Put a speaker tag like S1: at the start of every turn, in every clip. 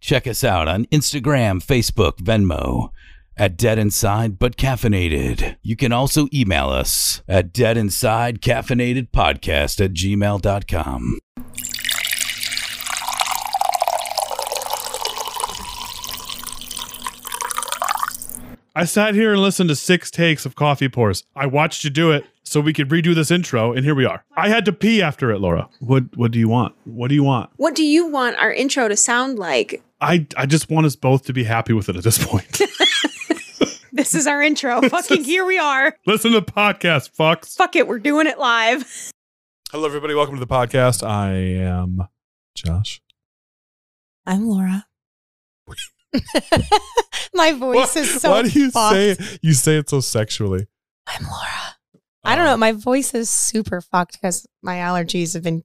S1: Check us out on Instagram, Facebook, Venmo at Dead Inside But Caffeinated. You can also email us at Dead Inside Caffeinated Podcast at gmail.com.
S2: I sat here and listened to six takes of coffee pours. I watched you do it so we could redo this intro, and here we are. I had to pee after it, Laura. What What do you want? What do you want?
S3: What do you want our intro to sound like?
S2: I I just want us both to be happy with it at this point.
S3: This is our intro. Fucking here we are.
S2: Listen to the podcast, fucks.
S3: Fuck it, we're doing it live.
S2: Hello, everybody. Welcome to the podcast. I am Josh.
S4: I'm Laura. My voice is so.
S2: Why do you
S4: fucked.
S2: say you say it so sexually?
S4: I'm Laura? I don't know. My voice is super fucked because my allergies have been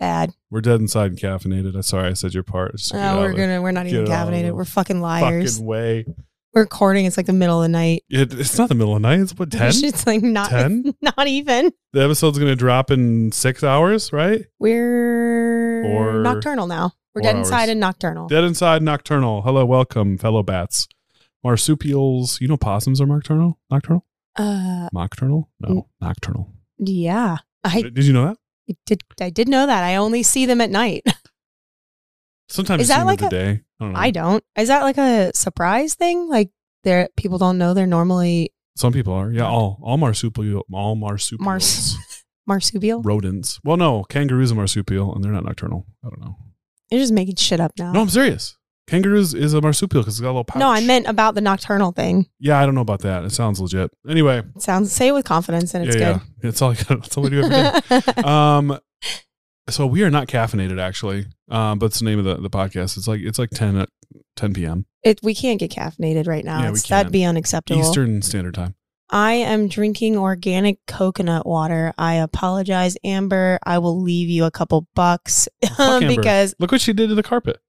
S4: bad.
S2: We're dead inside and caffeinated. I'm sorry I said your part. Just get out
S4: Oh, we're
S2: of the
S4: gonna. We're not even
S2: Get out of
S4: caffeinated.
S2: the
S4: We're fucking liars.
S2: fucking way.
S4: We're recording. It's like the middle of the night.
S2: It, it's not the middle of the night. It's what ten.
S4: It's like not.
S2: 10?
S4: Not even.
S2: The episode's gonna drop in six hours, right?
S4: We're
S2: Four-
S4: nocturnal now. We're
S2: four
S4: dead inside
S2: hours.
S4: and nocturnal.
S2: Dead Inside Nocturnal. Hello, welcome, fellow bats. Marsupials. You know possums are nocturnal? Nocturnal?
S4: Uh,
S2: Nocturnal? No, nocturnal.
S4: yeah. I
S2: Did did you know that?
S4: did. I did know that. I only see them at night.
S2: Sometimes
S4: Is
S2: you
S4: that
S2: see them
S4: like
S2: in
S4: a-
S2: the day. I don't know.
S4: I don't. Is that like a surprise thing? Like there, people don't know they're normally
S2: Some people are. Yeah, all all marsupial all marsupials.
S4: Mars- marsupial.
S2: rodents. Well, no, kangaroos are marsupial and they're not nocturnal. I don't know.
S4: You're just making shit up now.
S2: No, I'm serious. Kangaroos is a marsupial because it's got a little pouch.
S4: Oh. No, I meant about the nocturnal thing.
S2: Yeah, I don't know about that. It sounds legit. Anyway,
S4: It sounds say it with confidence and it's
S2: yeah,
S4: good.
S2: yeah. It's all I got. That's all we do every day. um so we are not caffeinated actually um but it's the name of the, the podcast it's like it's like uh, 10 at 10 p.m
S4: it, we can't get caffeinated right now.
S2: Yeah, we
S4: It's-
S2: can.
S4: That'd be unacceptable.
S2: eastern standard time
S4: I am drinking organic coconut water. I apologize, Amber. I will leave you a couple bucks
S2: Fuck Amber.
S4: because
S2: look what she did to the carpet.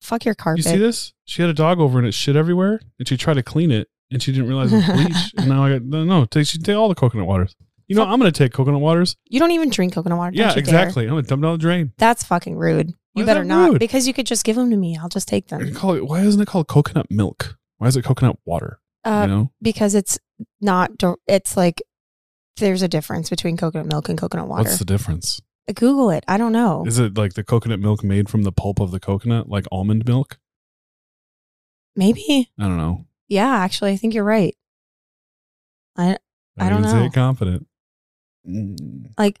S4: fuck your
S2: you
S4: carpet.
S2: see this she had a dog over and it shit everywhere and she tried to clean it and she didn't realize it was bleach and now i got no, no take, she can take all the coconut waters you know i'm gonna take coconut waters
S4: You don't even drink coconut water.
S2: yeah
S4: don't you dare.
S2: exactly i'm gonna dump it down the drain
S4: That's fucking rude.
S2: Why
S4: You
S2: is
S4: better
S2: that
S4: not
S2: rude?
S4: because you could just give them to me. I'll just take them
S2: call it, why isn't it called coconut milk why is it coconut water
S4: uh,
S2: you know
S4: because it's not. dir- It's like there's a difference between coconut milk and coconut water. Uh, Oh.
S2: what's the difference
S4: Google it. I don't know.
S2: is it like the coconut milk made from the pulp of the coconut like almond milk
S4: Maybe.
S2: i don't know
S4: Yeah, actually, I think you're right. I I don't
S2: didn't say
S4: know.
S2: it confident. Mm,
S4: like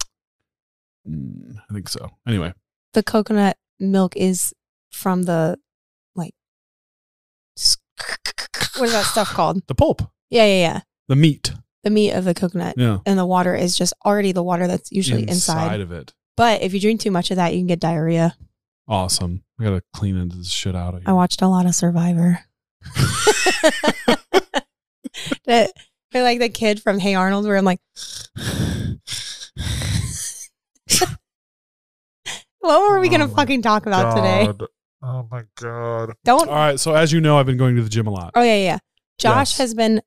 S2: mm, I think so. Anyway,
S4: the coconut milk is from the like s- what is that stuff called?
S2: the pulp,
S4: Yeah, yeah, yeah.
S2: the meat.
S4: The meat of the coconut
S2: Yeah.
S4: and the water is just already the water that's usually inside.
S2: of it.
S4: But if you drink too much of that, you can get diarrhea.
S2: Awesome. I gotta clean this shit out of here.
S4: I watched a lot of Survivor. that they're like the kid from Hey Arnold, where I'm like, what were we
S2: Oh
S4: gonna
S2: my
S4: fucking talk about today?
S2: Oh my god.
S4: Don't.
S2: All right. So as you know, I've been going to the gym a lot.
S4: Oh yeah, yeah, yeah. Josh
S2: Uh, Yes.
S4: has been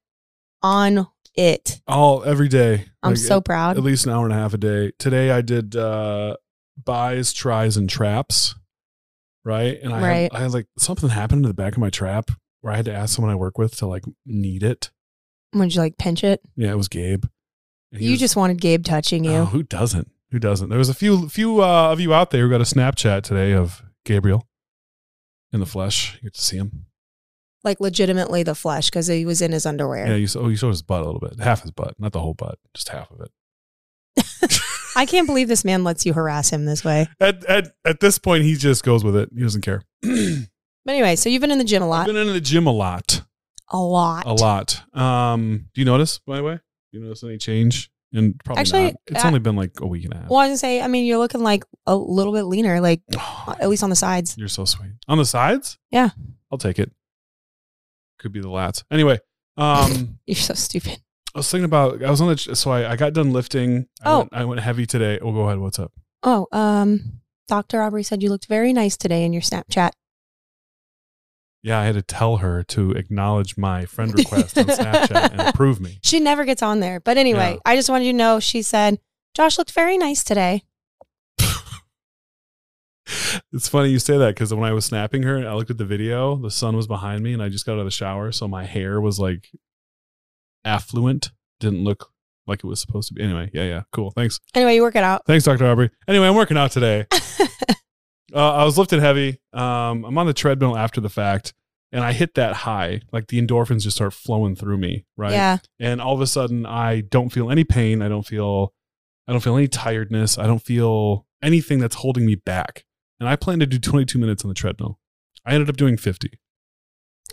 S4: on it.
S2: All every day.
S4: I'm
S2: Like,
S4: so
S2: at,
S4: proud.
S2: at least an hour and a half a day. Today I did uh buys, tries, and traps. Right. And I
S4: Right.
S2: Had, I had like something happened to the back of my trap where I had to ask someone I work with to like knead it.
S4: Would you like pinch it?
S2: Yeah, it was Gabe. And he
S4: You
S2: was-
S4: just wanted Gabe touching you.
S2: Oh, who doesn't? Who doesn't? There was a few few uh, of you out there who got a Snapchat today of Gabriel in the flesh. You get to see him.
S4: Like legitimately the flesh because he was in his underwear.
S2: Yeah, you saw, oh, you saw his butt a little bit, half his butt, not the whole butt, just half of it.
S4: I can't believe this man lets you harass him this way.
S2: At at at this point, he just goes with it. He doesn't care.
S4: But anyway, so you've been in the gym a
S2: I've
S4: lot.
S2: been into the gym a lot,
S4: A lot.
S2: a lot. Um, do you notice by the way? Do you notice any change? And probably
S4: Actually, uh,
S2: not. It's
S4: I-
S2: only been like a week and a half.
S4: Well, I was gonna say, I mean, you're looking like a little bit leaner, like at least on the sides.
S2: You're so sweet. On the sides?
S4: Yeah.
S2: I'll take it. Could be the lats. Anyway, um,
S4: You're so stupid.
S2: I was thinking about I was on the so I, I got done lifting. I
S4: Oh.
S2: went, I went heavy today. Oh, go ahead. What's up?
S4: Oh, um, Dr. Aubrey said you looked very nice today in your Snapchat.
S2: Yeah, I had to tell her to acknowledge my friend request on Snapchat and approve me.
S4: She never gets on there. But anyway,
S2: Yeah.
S4: I just wanted you to know she said, Josh looked very nice today.
S2: It's funny you say that because when I was snapping her, I looked at the video. The sun was behind me, and I just got out of the shower, so my hair was like affluent. Didn't look like it was supposed to be. Anyway, yeah, yeah, cool. Thanks,
S4: Anyway, you work it out.
S2: thanks, Doctor Aubrey. Anyway, I'm working out today. Uh, I was lifting heavy. Um, I'm on the treadmill after the fact, and I hit that high. Like the endorphins just start flowing through me, right?
S4: Yeah.
S2: and all of a sudden i don't feel any pain i don't feel i don't feel any tiredness i don't feel anything that's holding me back and i plan to do 22 minutes on the treadmill i ended up doing 50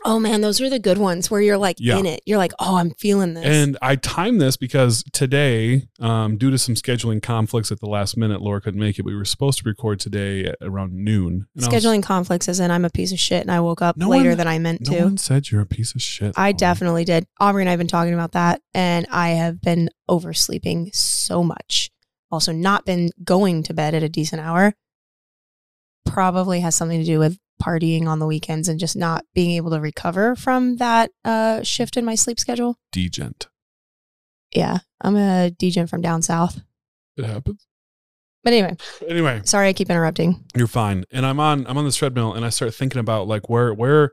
S4: Oh man, those are the good ones where you're like
S2: Yeah.
S4: in it. You're like, oh, I'm feeling this.
S2: and i timed this because today um, due to some scheduling conflicts at the last minute laura couldn't make it we were supposed to record today at around noon And I was-
S4: Scheduling conflicts as in I'm a piece of shit and I woke up
S2: No
S4: later
S2: one-
S4: than I meant
S2: no
S4: to.
S2: one said you're a piece of shit
S4: I
S2: Laura.
S4: definitely did. Aubrey and I have been talking about that, and I have been oversleeping so much. Also, not been going to bed at a decent hour. Probably has something to do with partying on the weekends and just not being able to recover from that uh, shift in my sleep schedule.
S2: degent
S4: Yeah, I'm a degen from down south.
S2: it happens
S4: But anyway,
S2: anyway
S4: sorry I keep interrupting.
S2: you're fine. And I'm on I'm on this treadmill and I start thinking about like where where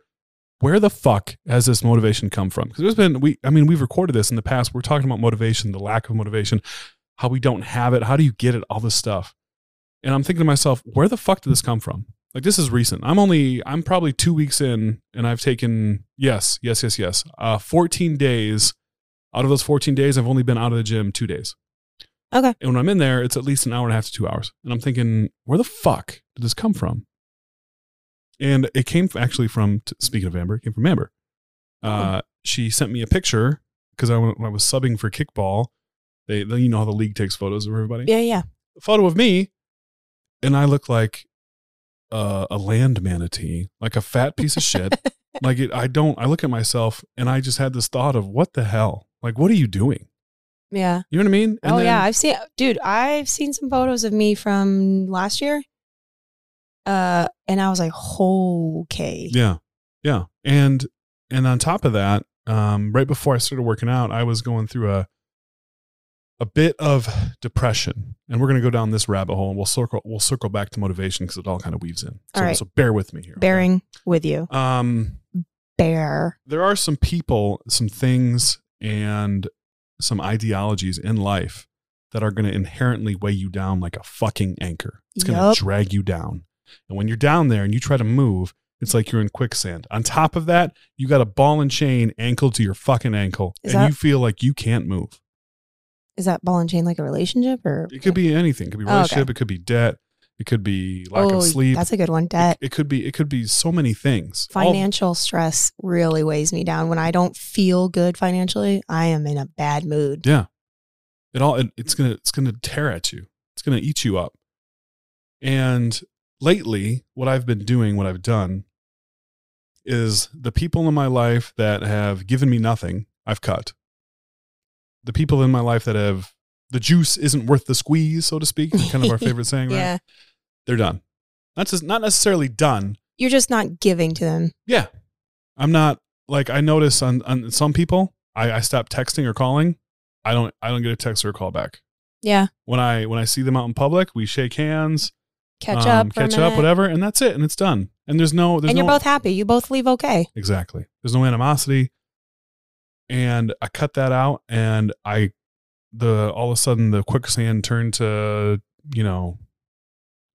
S2: where the fuck has this motivation come from? Because there's been we I mean we've recorded this in the past. We're talking about motivation, the lack of motivation, how we don't have it, how do you get it, all this stuff. And I'm thinking to myself, where the fuck did this come from? Like this is recent. I'm only I'm probably two weeks in and I've taken yes, yes, yes, yes. Uh 14 days. Out of those 14 days, I've only been out of the gym two days.
S4: Okay.
S2: And when I'm in there, it's at least an hour and a half to two hours. And I'm thinking, where the fuck did this come from? And it came f- actually from, t- speaking of Amber, it came from Amber. Uh, She sent me a picture because I, went- when I was subbing for kickball. They, they, you know how the league takes photos of everybody.
S4: Yeah, yeah.
S2: A photo of me, and I look like uh, a land manatee, like a fat piece of shit. like it, I don't. I look at myself, and I just had this thought of, what the hell? Like, what are you doing?
S4: Yeah.
S2: You know what I mean? And
S4: oh
S2: then-
S4: yeah, I've seen dude, I've seen some photos of me from last year. Uh and I was like, "Okay."
S2: Yeah. Yeah. And and on top of that, um, right before I started working out, I was going through a a bit of depression. And we're gonna go down this rabbit hole and we'll circle we'll circle back to motivation because it all kind of weaves in. So,
S4: All right.
S2: so bear with me here. okay?
S4: Bearing with you.
S2: Um
S4: Bear.
S2: there are some people, some things, and some ideologies in life that are going to inherently weigh you down like a fucking anchor. It's going to
S4: Yup.
S2: drag you down. And when you're down there and you try to move, it's like you're in quicksand. On top of that, you got a ball and chain ankle to your fucking ankle,
S4: Is
S2: and
S4: that-
S2: you feel like you can't move.
S4: Is that ball and chain like a relationship or
S2: It could be anything. It could be
S4: Oh, okay.
S2: relationship. It could be debt. It could be lack
S4: Oh,
S2: of sleep.
S4: That's a good one.
S2: It,
S4: Debt.
S2: it could be. It could be so many things. All-
S4: Financial stress really weighs me down when I don't feel good financially. I am in a bad mood.
S2: Yeah. It all it, it's gonna it's gonna tear at you. It's gonna eat you up. And lately, what I've been doing, what I've done, is the people in my life that have given me nothing, I've cut. The people in my life that have the juice isn't worth the squeeze, so to speak, is kind of our favorite saying, right?
S4: Yeah.
S2: They're done. Not just not necessarily done,
S4: You're just not giving to them.
S2: yeah. I'm not like I notice on, on some people, I, I stop texting or calling. I don't I don't get a text or a call back.
S4: Yeah.
S2: When I when I see them out in public, we shake hands,
S4: Catch
S2: um,
S4: up. for a
S2: catch up,
S4: minute.
S2: whatever, and that's it, and it's done. And there's no there's
S4: And
S2: no
S4: you're both happy. You both leave okay.
S2: Exactly. There's no animosity. And I cut that out and I the all of a sudden the quicksand turned to, you know,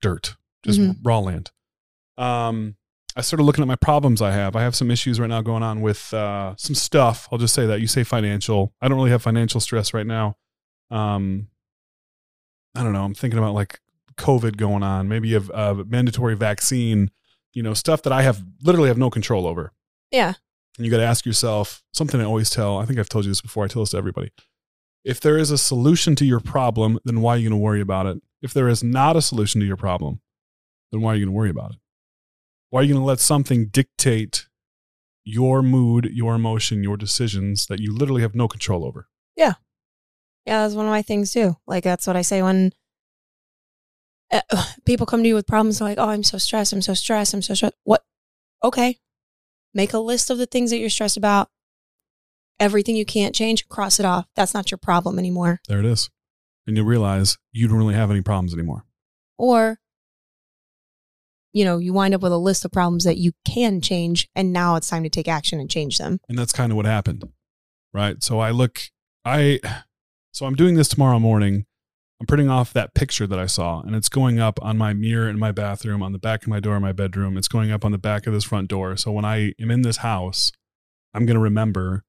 S2: dirt. Just
S4: Mhm.
S2: raw land. Um I started looking at my problems I have. I have some issues right now going on with uh some stuff. I'll just say that. You say financial. I don't really have financial stress right now. Um I don't know. I'm thinking about like COVID going on, maybe a, a mandatory vaccine, you know, stuff that I have literally have no control over.
S4: Yeah.
S2: And you got to ask yourself something I always tell. I think I've told you this before. I tell this to everybody. If there is a solution to your problem, then why are you going to worry about it? If there is not a solution to your problem, then why are you going to worry about it? Why are you going to let something dictate your mood, your emotion, your decisions that you literally have no control over?
S4: Yeah, that's one of my things too. Like that's what I say when uh, people come to you with problems. They're like, "Oh, I'm so stressed. I'm so stressed. I'm so stressed." What? Okay, make a list of the things that you're stressed about. Everything you can't change, cross it off. That's not your problem anymore.
S2: There it is. And you realize you don't really have any problems anymore.
S4: Or you know, you wind up with a list of problems that you can change, and now it's time to take action and change them.
S2: and that's kind of what happened right so i look i so i'm doing this tomorrow morning i'm printing off that picture that i saw and it's going up on my mirror in my bathroom on the back of my door in my bedroom it's going up on the back of this front door so when i am in this house i'm going to remember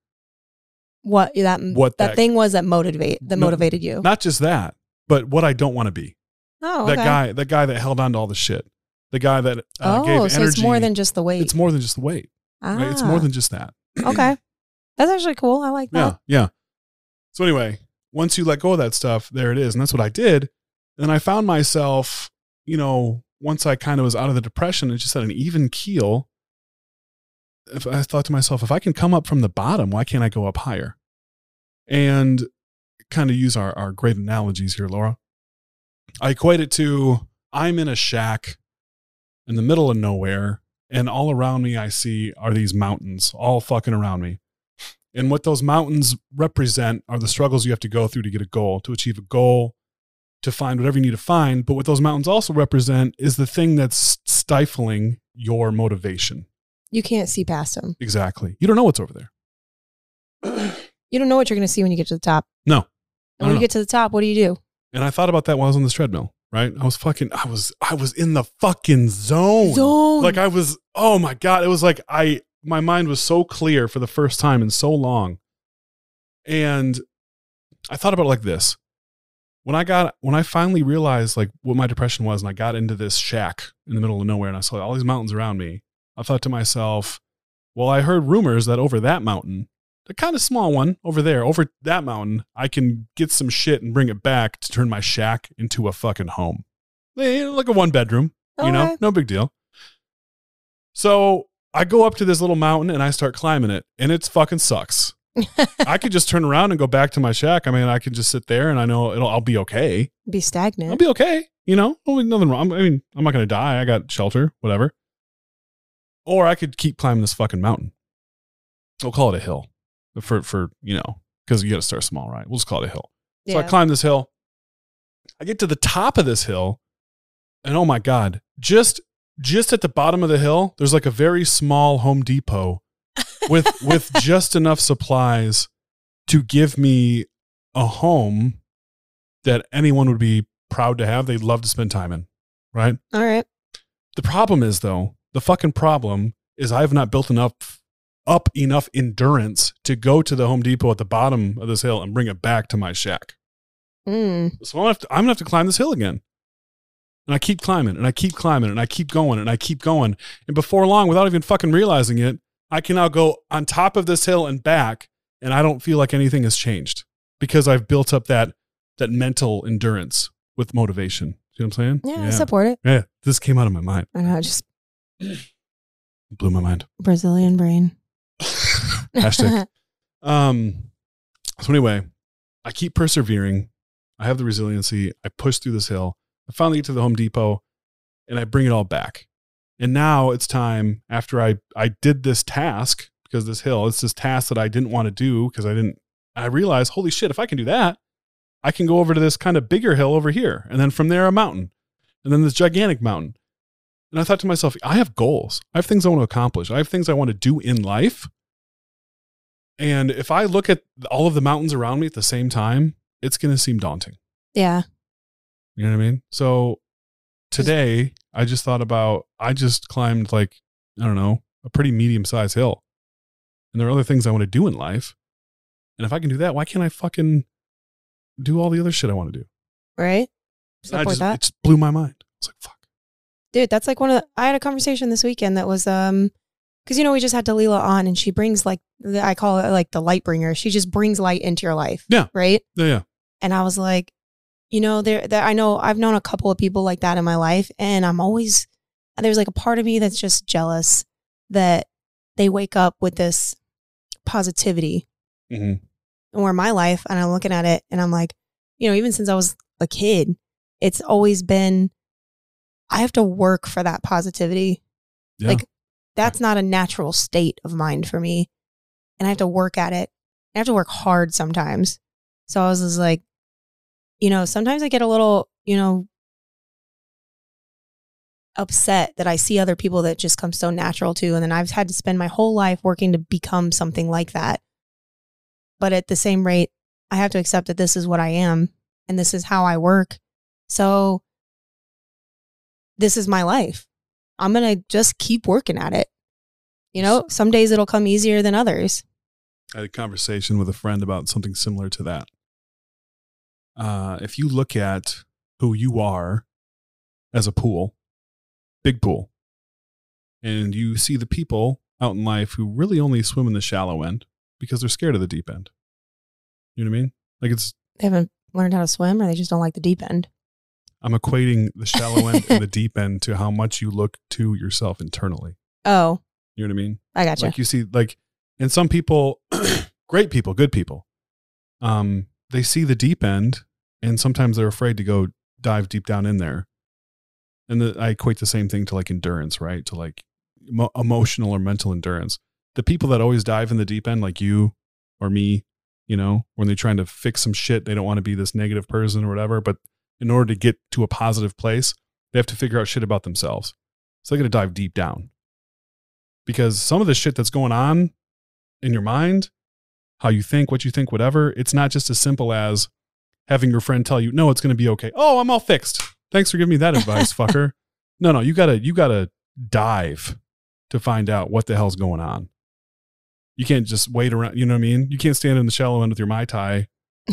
S4: What that
S2: What
S4: that,
S2: that-
S4: thing was that motivate that
S2: No,
S4: motivated you?
S2: not just that but what i don't want to be
S4: oh,
S2: that guy that guy that held on to all the shit the guy that uh,
S4: oh,
S2: gave
S4: so
S2: energy
S4: it's more than just the weight.
S2: it's more than just the weight right? it's more
S4: Ah,
S2: than just that
S4: okay. That's actually cool. I like
S2: Yeah,
S4: that.
S2: yeah. So anyway, once you let go of that stuff, there it is, and that's what I did. And then I found myself, you know, once I kind of was out of the depression and just had an even keel. If I thought to myself, if I can come up from the bottom, why can't I go up higher? And kind of use our, our great analogies here, Laura. I equate it to I'm in a shack in the middle of nowhere, and all around me I see are these mountains all fucking around me. And what those mountains represent are the struggles you have to go through to get a goal, to achieve a goal, to find whatever you need to find. But what those mountains also represent is the thing that's stifling your motivation.
S4: You can't see past them.
S2: Exactly. You don't know what's over there.
S4: You don't know what you're going to see when you get to the top.
S2: No. I
S4: And
S2: don't
S4: when Oh, you get to the top, what do you do?
S2: And I thought about that while I was on this treadmill, right? I was fucking I was I was in the fucking zone.
S4: Zone.
S2: Oh, Like I was oh my god, it was like I my mind was so clear for the first time in so long. And I thought about it like this. When I got when I finally realized like what my depression was and I got into this shack in the middle of nowhere and I saw all these mountains around me, I thought to myself, well, I heard rumors that over that mountain the kind of small one over there, over that mountain, I can get some shit and bring it back to turn my shack into a fucking home. Eh, Like a one bedroom, you know,
S4: Okay.
S2: no big deal. So I go up to this little mountain and I start climbing it, and it's fucking sucks. I could just turn around and go back to my shack. I mean, I can just sit there and I know it'll, I'll be okay.
S4: Be
S2: I'll
S4: stagnant.
S2: be okay. You know, Well, nothing wrong. I mean, I'm not going to die. I got shelter, whatever. Or I could keep climbing this fucking mountain. We'll call it a hill for, for you know, because you got to start small, right? We'll just call it a hill. So I
S4: Yeah.
S2: climb this hill. I get to the top of this hill, and oh my god, just just at the bottom of the hill, there's like a very small Home Depot with with just enough supplies to give me a home that anyone would be proud to have. They'd love to spend time in, right?
S4: All right.
S2: The problem is though, the fucking problem is I've not built enough up enough endurance to go to the Home Depot at the bottom of this hill and bring it back to my shack.
S4: Mm.
S2: So I'm gonna, have to, I'm gonna have to climb this hill again. And I keep climbing and I keep climbing and I keep going and I keep going. And before long, without even fucking realizing it, I can now go on top of this hill and back. And I don't feel like anything has changed because I've built up that that mental endurance with motivation. See what I'm saying?
S4: Yeah, I
S2: Yeah.
S4: support it.
S2: Yeah. This came out of my mind.
S4: I know, just
S2: It blew my mind.
S4: Brazilian brain.
S2: Hashtag Um, so anyway, I keep persevering. I have the resiliency. I push through this hill. I finally get to the Home Depot and I bring it all back. And now it's time after I, I did this task because this hill, it's this task that I didn't want to do because I didn't, I realized, holy shit, if I can do that, I can go over to this kind of bigger hill over here. And then from there, a mountain and then this gigantic mountain. And I thought to myself, I have goals. I have things I want to accomplish. I have things I want to do in life. And if I look at all of the mountains around me at the same time, it's going to seem daunting.
S4: yeah.
S2: You know what I mean? So today, I just thought about I just climbed like, I don't know, a pretty medium sized hill. And there are other things I want to do in life. And if I can do that, why can't I fucking do all the other shit I want to do?
S4: Right.
S2: And I
S4: Support
S2: just,
S4: that.
S2: it just blew my mind. I was like, fuck.
S4: dude that's like one of the i had a conversation this weekend that was um because you know we just had delila on and she brings like the, i call it like the light bringer she just brings light into your life
S2: Yeah.
S4: right
S2: Yeah, yeah.
S4: and i was like you know there that i know i've known a couple of people like that in my life and i'm always there's like a part of me that's just jealous that they wake up with this positivity
S2: Mhm.
S4: or my life and i'm looking at it and i'm like you know even since i was a kid it's always been i have to work for that positivity
S2: Yeah.
S4: like that's not a natural state of mind for me and i have to work at it i have to work hard sometimes so i was just like you know sometimes i get a little you know upset that I see other people that just come so natural to. And then I've had to spend my whole life working to become something like that. But at the same rate, I have to accept that this is what I am and this is how I work. So this is my life. I'm going to just keep working at it. You know, some days it'll come easier than others.
S2: I had a conversation with a friend about something similar to that. Uh, if you look at who you are as a pool, big pool, and you see the people out in life who really only swim in the shallow end because they're scared of the deep end. You know what I mean? Like it's
S4: They haven't learned how to swim or they just don't like the deep end.
S2: I'm equating the shallow end and the deep end to how much you look to yourself internally.
S4: Oh,
S2: You know what I mean?
S4: I gotcha.
S2: Like you see, like, and some people, great people, good people, um, they see the deep end, and sometimes they're afraid to go dive deep down in there. And the, I equate the same thing to like endurance, right? To like emo- emotional or mental endurance. The people that always dive in the deep end, like you or me, you know, when they're trying to fix some shit, they don't want to be this negative person or whatever. But in order to get to a positive place, they have to figure out shit about themselves. So they're going to dive deep down because some of the shit that's going on in your mind, how you think, what you think, whatever, it's not just as simple as having your friend tell you, "No, it's going to be okay." Oh, I'm all fixed. Thanks for giving me that advice, fucker. No, no, you gotta you gotta dive to find out what the hell's going on. You can't just wait around. You know what I mean? You can't stand in the shallow end with your mai tai.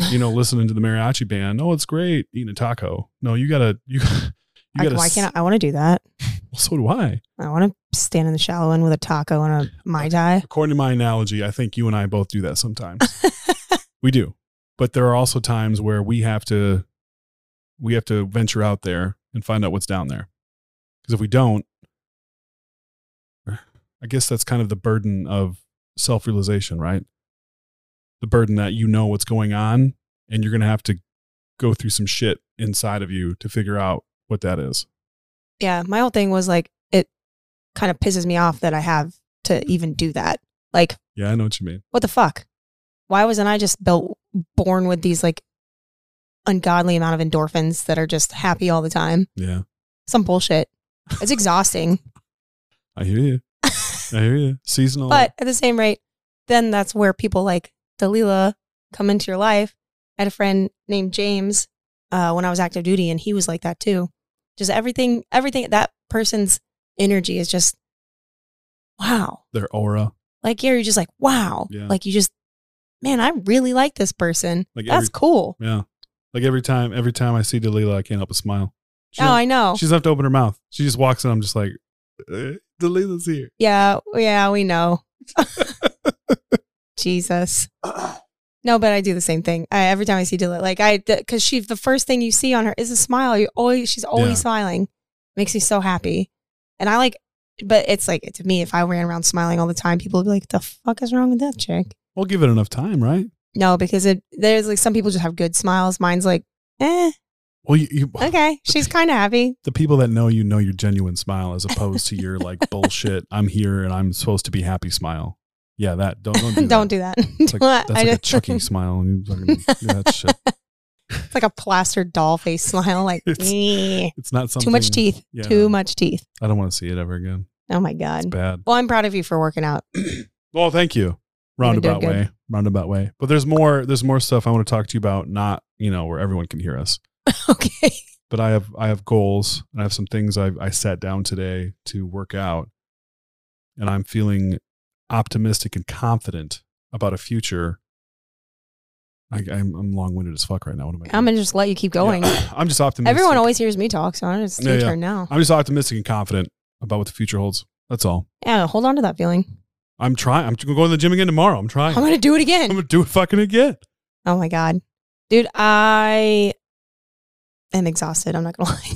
S2: You know, listening to the mariachi band. Oh, it's great eating a taco. No, you gotta you. You
S4: I,
S2: gotta,
S4: why
S2: s-
S4: can't I, I want to do that?
S2: Well, so do I.
S4: I want to stand in the shallow end with a taco and a mai tai.
S2: according to my analogy, I think you and I both do that sometimes. we do. But there are also times where we have to we have to venture out there and find out what's down there. Cuz if we don't I guess that's kind of the burden of self-realization, right? The burden that you know what's going on and you're going to have to go through some shit inside of you to figure out what that is.
S4: Yeah, my whole thing was like it kind of pisses me off that I have to even do that. Like,
S2: Yeah, I know what you mean.
S4: what the fuck? Why wasn't I just built born with these like ungodly amount of endorphins that are just happy all the time?
S2: Yeah.
S4: Some bullshit. It's exhausting.
S2: I hear you. I hear you. Seasonal.
S4: But at the same rate, then that's where people like Dalila come into your life. I had a friend named James uh, when I was active duty, and he was like that too. Just everything, everything that person's energy is just wow.
S2: their aura.
S4: Like yeah, you're just like wow.
S2: Yeah.
S4: Like you just man, I really like this person.
S2: Like
S4: that's
S2: every-
S4: cool.
S2: Yeah. Like every time, every time I see Delila, I can't help but smile. She,
S4: Oh,
S2: doesn't-
S4: I know.
S2: she doesn't have to open her mouth. She just walks in. I'm just like, eh, Delila's here.
S4: Yeah, yeah, we know. Jesus. No, but I do the same thing. I, every time I see Delilah, like I, because she, the first thing you see on her is a smile. You always, she's always
S2: Yeah.
S4: smiling. Makes me so happy. And I like, but it's like to me, if I ran around smiling all the time, people would be like, "The fuck is wrong with that chick?"
S2: We'll give it enough time, right?
S4: No, because it there's like some people just have good smiles. Mine's like, eh,
S2: Well, you, you,
S4: okay, she's kind of happy.
S2: the people that know you know your genuine smile as opposed to your like bullshit. I'm here and I'm supposed to be happy smile. Yeah, that don't don't do, that.
S4: Don't do that.
S2: It's like, that's
S4: I
S2: like a
S4: just-
S2: Chucky smile. You fucking do that shit.
S4: It's like a plastered doll face smile. Like
S2: It's-
S4: "Eh."
S2: It's not something.
S4: too much teeth.
S2: yeah.
S4: Too much teeth.
S2: I don't want to see it ever again.
S4: Oh my god.
S2: Bad.
S4: Well, I'm proud of you for working out.
S2: Well, thank you.
S4: You did
S2: Roundabout
S4: good.
S2: way. Roundabout way. But there's more. There's more stuff I want to talk to you about. Not you know where everyone can hear us.
S4: okay.
S2: but I have I have goals. I have some things I I sat down today to work out, and I'm feeling optimistic and confident about a future. I, I'm I'm long winded as fuck right now. What am I?
S4: I'm gonna just let you keep going.
S2: I'm just optimistic.
S4: Everyone always hears me talk, so I'm just
S2: Yeah,
S4: your
S2: yeah.
S4: turn now.
S2: I'm just optimistic and confident about what the future holds. That's all.
S4: Yeah, hold on to that feeling.
S2: I'm trying. I'm going to the gym again tomorrow. I'm trying.
S4: I'm gonna do it
S2: I'm
S4: again.
S2: gonna do it fucking again.
S4: Oh my god, dude, I am exhausted. I'm not gonna lie.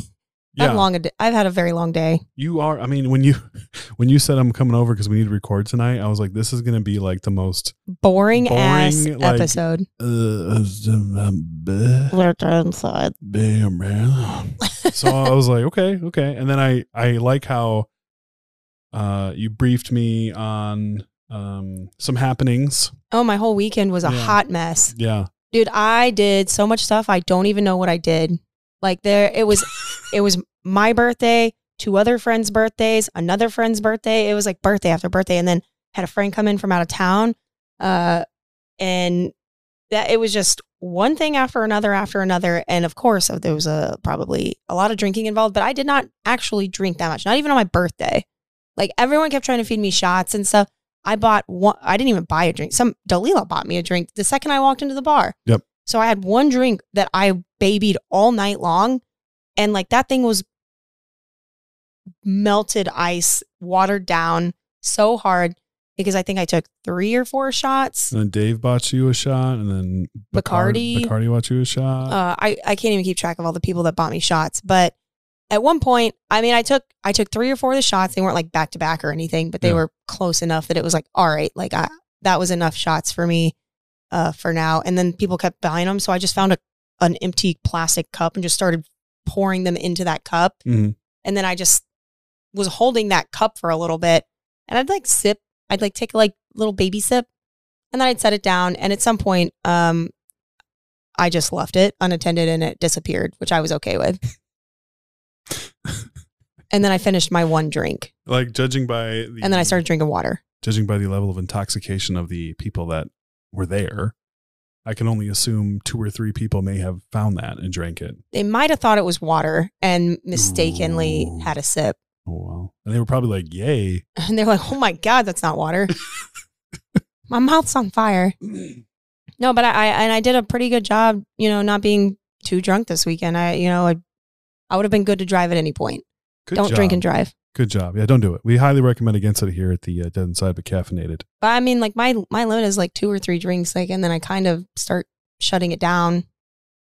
S2: Yeah,
S4: I've long. a d- I've had a very long day.
S2: you are. I mean, when you when you said I'm coming over because we need to record tonight, I was like, this is gonna be like the most
S4: Boring,
S2: Boring,
S4: ass
S2: like-
S4: episode.
S2: uh,
S4: We're inside.
S2: Damn, man. so I was like, okay, okay. And then I, I like how uh, you briefed me on um, some happenings.
S4: Oh, my whole weekend was a
S2: Yeah.
S4: hot mess.
S2: Yeah.
S4: dude i did so much stuff i don't even know what i did like there it was it was my birthday two other friends' birthdays, another friend's birthday. It was like birthday after birthday. And then had a friend come in from out of town. Uh, and that it was just one thing after another after another. And of course, uh, there was a, probably a lot of drinking involved, but I did not actually drink that much, not even on my birthday. Like everyone kept trying to feed me shots and stuff. I bought one, I didn't even buy a drink. Some Dalila bought me a drink the second I walked into the bar.
S2: Yep.
S4: So I had one drink that I babied all night long. And like that thing was melted ice, watered down so hard because I think I took three or four shots.
S2: And then Dave bought you a shot, and then Bacard-
S4: Bacardi.
S2: Bacardi bought you a shot.
S4: uh, I, I can't even keep track of all the people that bought me shots. But at one point, I mean, I took I took three or four of the shots. They weren't like back to back or anything, but they
S2: Yeah.
S4: were close enough that it was like, all right, like I, that was enough shots for me uh, for now. And then people kept buying them, so I just found a an empty plastic cup and just started pouring them into that cup.
S2: Mhm.
S4: And then I just was holding that cup for a little bit, and I'd like sip. I'd like take like little baby sip, and then I'd set it down. And at some point, um, I just left it unattended and it disappeared, which I was okay with. and then I finished my one drink
S2: like judging by the,
S4: and then I started drinking water.
S2: judging by the level of intoxication of the people that were there. I can only assume two or three people may have found that and drank it.
S4: They might have thought it was water and mistakenly
S2: Ooh.
S4: had a sip.
S2: Oh wow! And they were probably like, "Yay!"
S4: And they're like, oh my God, that's not water. my mouth's on fire. No, but I, I and I did a pretty good job, you know, not being too drunk this weekend. I, you know, I, I would have been good to drive at any point.
S2: Good
S4: Don't
S2: job.
S4: drink and drive.
S2: Good job. Yeah, don't do it. We highly recommend against it here at the uh, Dead Inside but Caffeinated.
S4: But I mean, like my my limit is like two or three drinks, like, and then I kind of start shutting it down.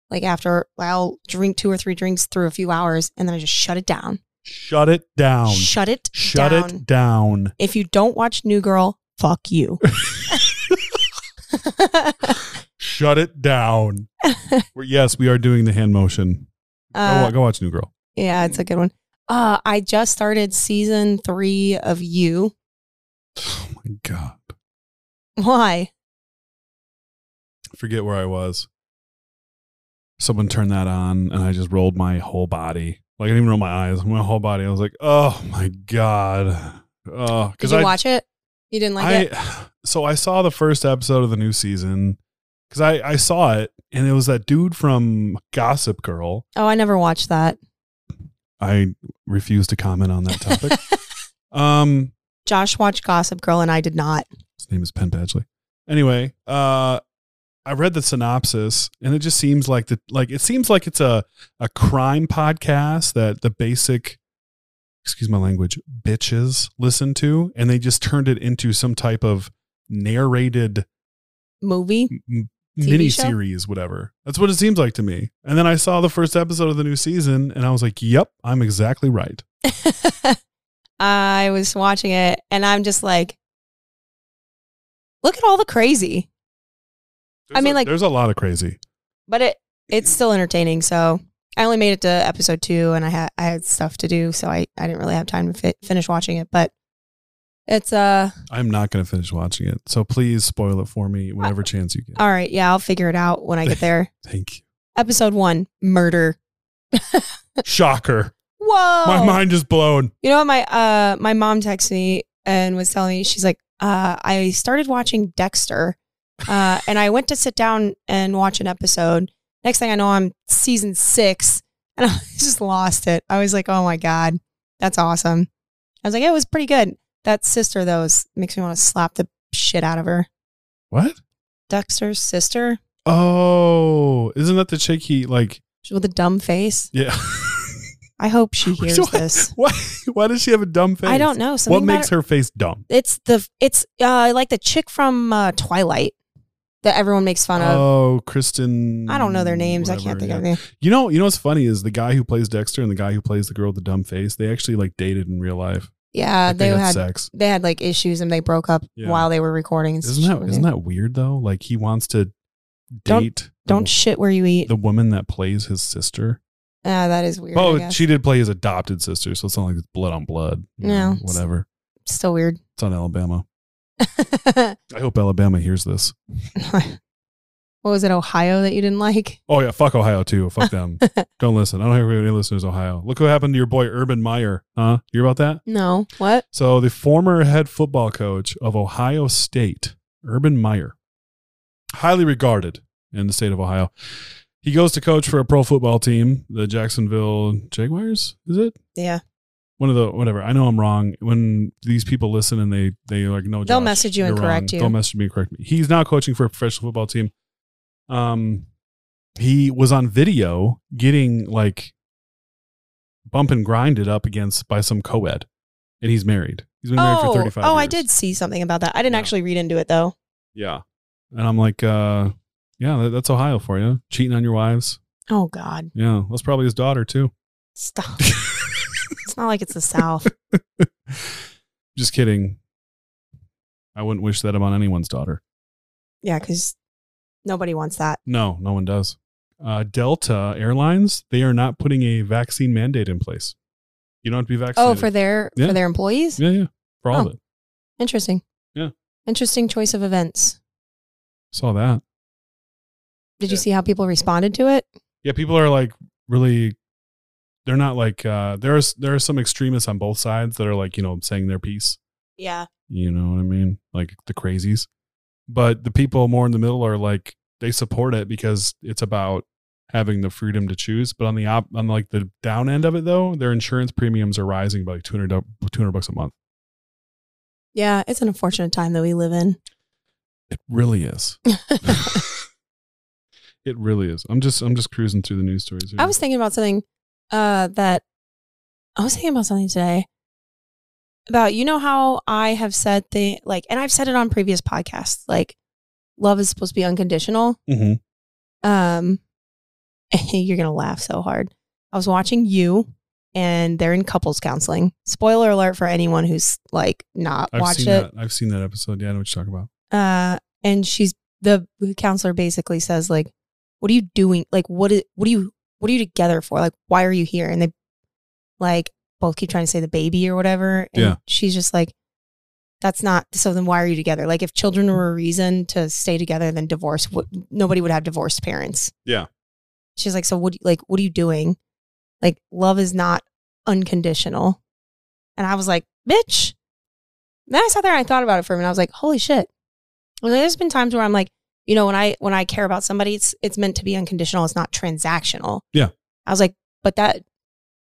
S4: Like after I'll drink two or three drinks through a few hours, and then I just shut it down.
S2: Shut it down.
S4: Shut it.
S2: Um, Shut
S4: down.
S2: it down.
S4: If you don't watch New Girl, fuck you. Uh,
S2: Shut it down. We're- yes, we are doing the hand motion. go,
S4: Uh,
S2: wa- go watch New Girl.
S4: yeah, it's a good one. Uh, I just started season three of You.
S2: Oh my god!
S4: Why?
S2: Forget where I was. Someone turned that on, and I just rolled my whole body. Like I didn't even roll my eyes. My whole body. I was like, "Oh my god!" Oh,
S4: Did
S2: because
S4: you
S2: I
S4: watch it? You didn't like it?
S2: I, So I saw the first episode of the new season because I, I saw it and it was that dude from Gossip Girl.
S4: Oh, I never watched that.
S2: I refuse to comment on that topic. um,
S4: Josh watched Gossip Girl, and I did not.
S2: his name is Penn Badgley. Anyway, uh, I read the synopsis and it just seems like the like it seems like it's a a crime podcast that the basic excuse my language bitches listen to and they just turned it into some type of narrated
S4: Movie.
S2: mini
S4: TV show?
S2: series, whatever. That's what it seems like to me. And then I saw the first episode of the new season and I was like, yep, I'm exactly right.
S4: I was watching it and I'm just like, look at all the crazy, I
S2: There's
S4: mean,
S2: a-
S4: like-
S2: there's a lot of crazy.
S4: but it it's still entertaining. So I only made it to episode two and I had I had stuff to do, so I I didn't really have time to fi- finish watching it. But it's uh
S2: I'm not going to finish watching it. So please spoil it for me whenever chance you get.
S4: all right, yeah, I'll figure it out when I get there.
S2: Thank you.
S4: episode one, murder.
S2: Shocker.
S4: Whoa,
S2: My mind is blown.
S4: You know what my uh my mom texted me and was telling me she's like uh I started watching Dexter uh and I went to sit down and watch an episode. Next thing I know I'm season 6 and I just lost it. I was like, "Oh my god. That's awesome." I was like, "It was pretty good." That sister though is, makes me want to slap the shit out of her.
S2: What?
S4: Dexter's sister
S2: Oh, isn't that the chick he like?
S4: with a dumb face.
S2: Yeah.
S4: I hope she hears
S2: What?
S4: this.
S2: Why, why does she have a dumb face?
S4: I don't know. Something
S2: What
S4: about
S2: makes her face dumb?
S4: It's the it's uh like the chick from uh, Twilight that everyone makes fun of.
S2: Oh, Kristen.
S4: I don't know their names. I
S2: Oh, whatever,
S4: can't think
S2: yeah.
S4: of them.
S2: You know, you know what's funny is the guy who plays Dexter and the guy who plays the girl with the dumb face. They actually like dated in real life.
S4: Yeah,
S2: Like,
S4: Uh, they, had
S2: sex.
S4: they had like issues and they broke up
S2: Yeah.
S4: while they were recording. and
S2: Isn't
S4: shit.
S2: that isn't that weird though? Like he wants to date
S4: Don't-
S2: the-
S4: Don't shit where you eat.
S2: the woman that plays his sister.
S4: Ah, that is weird. I
S2: Oh,
S4: guess.
S2: she did play his adopted sister, so it's not like it's blood on blood. you know,
S4: No.
S2: whatever.
S4: Still weird.
S2: It's on Alabama. I hope Alabama hears this.
S4: What was it, Ohio that you didn't like?
S2: Oh yeah, fuck Ohio too. Fuck them. don't listen. I don't have any listeners in Ohio. Look what happened to your boy Urban Meyer. Huh? You hear about that?
S4: No. What?
S2: So the former head football coach of Ohio State, Urban Meyer, highly regarded in the state of Ohio. He goes to coach for a pro football team, the Jacksonville Jaguars, is it?
S4: Yeah.
S2: One of the whatever. I know I'm wrong. When these people listen and they they like no,
S4: They'll
S2: Josh,
S4: message you and
S2: you're wrong.
S4: correct you.
S2: They'll message me and correct me. He's now coaching for a professional football team. Um, he was on video getting like bump and grinded up against by some co-ed, and he's married. He's been married for
S4: Oh,
S2: 35
S4: oh, I
S2: years.
S4: did see something about that. I didn't
S2: Yeah.
S4: actually read into it though.
S2: Yeah. And I'm like, uh, yeah, that- that's Ohio for you. Cheating on your wives.
S4: Oh God,
S2: Yeah. That's probably his daughter too.
S4: stop! it's not like it's the South.
S2: Just kidding. I wouldn't wish that upon anyone's daughter.
S4: Yeah, because nobody wants that.
S2: No, no one does. Uh, Delta Airlines, they are not putting a vaccine mandate in place. You don't have to be
S4: Oh,
S2: vaccinated.
S4: for their
S2: Yeah.
S4: for their employees.
S2: yeah, yeah, for all
S4: Oh.
S2: of it.
S4: Interesting.
S2: Yeah.
S4: Interesting choice of events.
S2: Saw that.
S4: Did you see how people responded to it?
S2: Yeah, people are like really. They're not like uh, there's there are some extremists on both sides that are like you know saying their piece.
S4: Yeah.
S2: You know what I mean? Like the crazies. But the people more in the middle are like they support it because it's about having the freedom to choose. But on the op, on like the down end of it though, their insurance premiums are rising by like 200, do- 200 bucks a month.
S4: Yeah, it's an unfortunate time that we live in.
S2: It really is. it really is. I'm just I'm just cruising through the news stories. Here.
S4: I was thinking about something uh, that I was thinking about something today about you know how I have said the like, and I've said it on previous podcasts like love is supposed to be unconditional.
S2: Mhm.
S4: Um, you're gonna laugh so hard. I was watching you, and they're in couples counseling. Spoiler alert for anyone who's like not
S2: I've
S4: watched
S2: seen
S4: it.
S2: that. I've seen that episode. Yeah, I know what you're talking about.
S4: Uh, and she's the counselor basically says like, "What are you doing? Like, what is what are you what are you together for? Like, why are you here?" And they like both keep trying to say the baby or whatever. And
S2: Yeah.
S4: She's just like, "That's not so. Then why are you together? Like, if children were a reason to stay together, then divorce. What, nobody would have divorced parents."
S2: Yeah.
S4: She's like, "So what? Like, what are you doing? Like, love is not unconditional." And I was like, "Bitch." Then I sat there and I thought about it for a minute. I was like, "Holy shit." Well, there's been times where I'm like, you know, when I when I care about somebody, it's it's meant to be unconditional. It's not transactional.
S2: Yeah.
S4: I was like, but that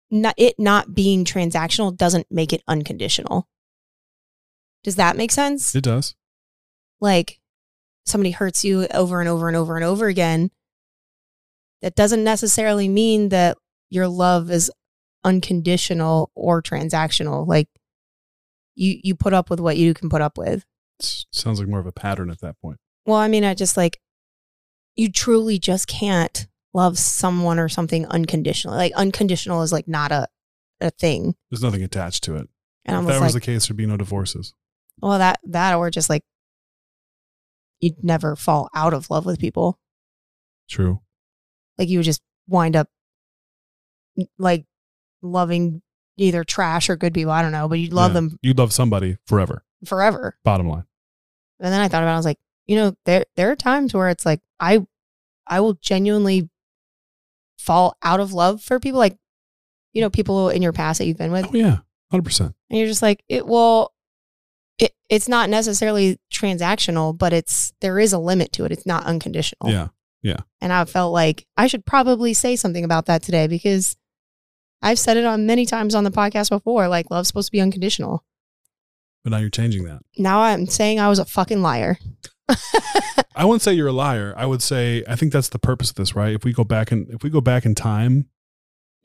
S4: not it not being transactional doesn't make it unconditional. Does that make sense?
S2: It does.
S4: like somebody hurts you over and over and over and over again. That doesn't necessarily mean that your love is unconditional or transactional. Like you you put up with what you can put up with.
S2: It's, sounds like more of a pattern at that point.
S4: Well, I mean, I just like you truly just can't love someone or something unconditionally. Like unconditional is like not a a thing.
S2: There's nothing attached to it.
S4: And I'm
S2: if that
S4: just
S2: was
S4: like,
S2: the case, there'd be no divorces.
S4: well, that that or just like you'd never fall out of love with people.
S2: True.
S4: Like you would just wind up like loving either trash or good people. I don't know, but you'd love
S2: Yeah.
S4: them
S2: You'd love somebody forever.
S4: forever.
S2: Bottom line.
S4: And then I thought about it, I was like, you know, there there are times where it's like I I will genuinely fall out of love for people like you know, people in your past that you've been with.
S2: Oh yeah, hundred percent.
S4: And you're just like, it well it it's not necessarily transactional, but it's there is a limit to it. It's not unconditional.
S2: Yeah,
S4: And I felt like I should probably say something about that today because I've said it on many times on the podcast before, like love's supposed to be unconditional.
S2: but now you're changing that.
S4: Now I'm saying I was a fucking liar.
S2: I wouldn't say you're a liar. I would say I think that's the purpose of this, right? If we go back and if we go back in time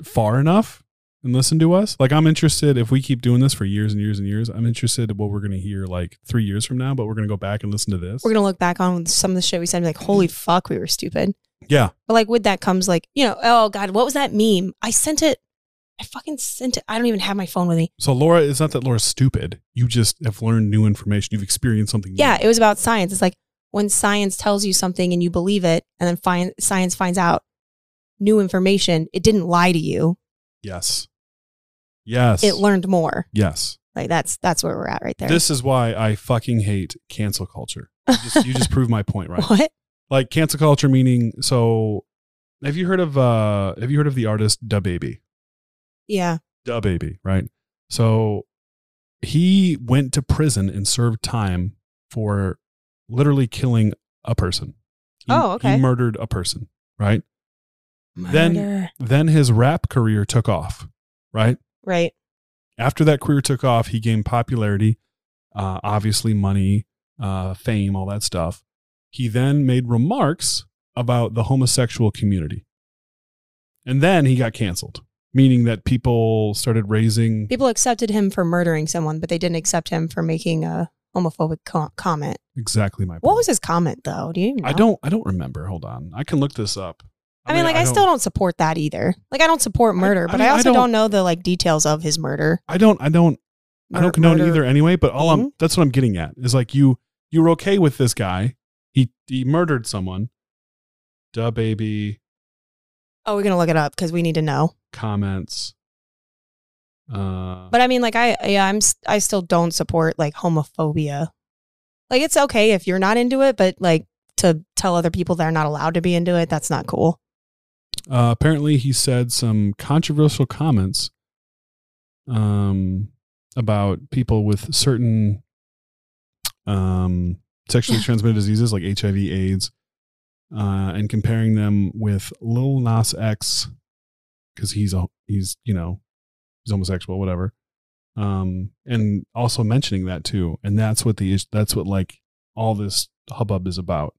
S2: far enough and listen to us, like I'm interested. If we keep doing this for years and years and years, I'm interested in what we're going to hear like three years from now. But we're going to go back and listen to this.
S4: we're gonna look back on some of the shit we said and be like, holy fuck, we were stupid.
S2: yeah,
S4: But like with that comes like, you know, oh God, what was that meme? I sent it. I fucking sent it. I don't even have my phone with me.
S2: So Laura, it's not that Laura's stupid. You just have learned new information. You've experienced something.
S4: Yeah, it was about science. It's like when science tells you something and you believe it, and then find, science finds out new information, it didn't lie to you.
S2: New. Yes. Yes.
S4: It learned more.
S2: Yes.
S4: Like that's that's where we're at right there.
S2: This is why I fucking hate cancel culture. You just, you just proved my point, right?
S4: What?
S2: like cancel culture meaning so have you heard of uh have you heard of the artist da baby
S4: Yeah.
S2: da baby right so he went to prison and served time for literally killing a person He-
S4: Oh, okay.
S2: he murdered a person right Then-
S4: Murder.
S2: then his rap career took off right
S4: right.
S2: after that career took off, he gained popularity, uh, obviously money, uh, fame, all that stuff. He then made remarks about the homosexual community. And then he got canceled, meaning that people started raising.
S4: People accepted him for murdering someone, but they didn't accept him for making a homophobic co- comment.
S2: exactly my point.
S4: What was his comment though? Do you even know?
S2: I don't. I don't remember. Hold on. I can look this up.
S4: I mean, like, I, still don't support that either. Like, I don't support
S2: I-
S4: murder,
S2: I
S4: but
S2: mean,
S4: I
S2: I
S4: also
S2: don't-
S4: don't, know the like details of his murder.
S2: I don't. I don't. I
S4: Mur-
S2: don't condone it
S4: murder-
S2: either anyway, but all I'm
S4: Mhm.
S2: that's what I'm getting at is like you you were okay with this guy. He he murdered someone. Duh baby
S4: Oh, we're gonna look it up because we need to know.
S2: comments. Uh
S4: But I mean, like, I yeah, I'm s- I still don't support like homophobia. Like, it's okay if you're not into it, but like to tell other people they're not allowed to be into it, that's not cool.
S2: uh, apparently he said some controversial comments um about people with certain um sexually transmitted diseases like HIV AIDS uh and comparing them with Lil Nas X cuz he's a he's you know he's homosexual whatever um and also mentioning that too and that's what the is- that's what like all this hubbub is about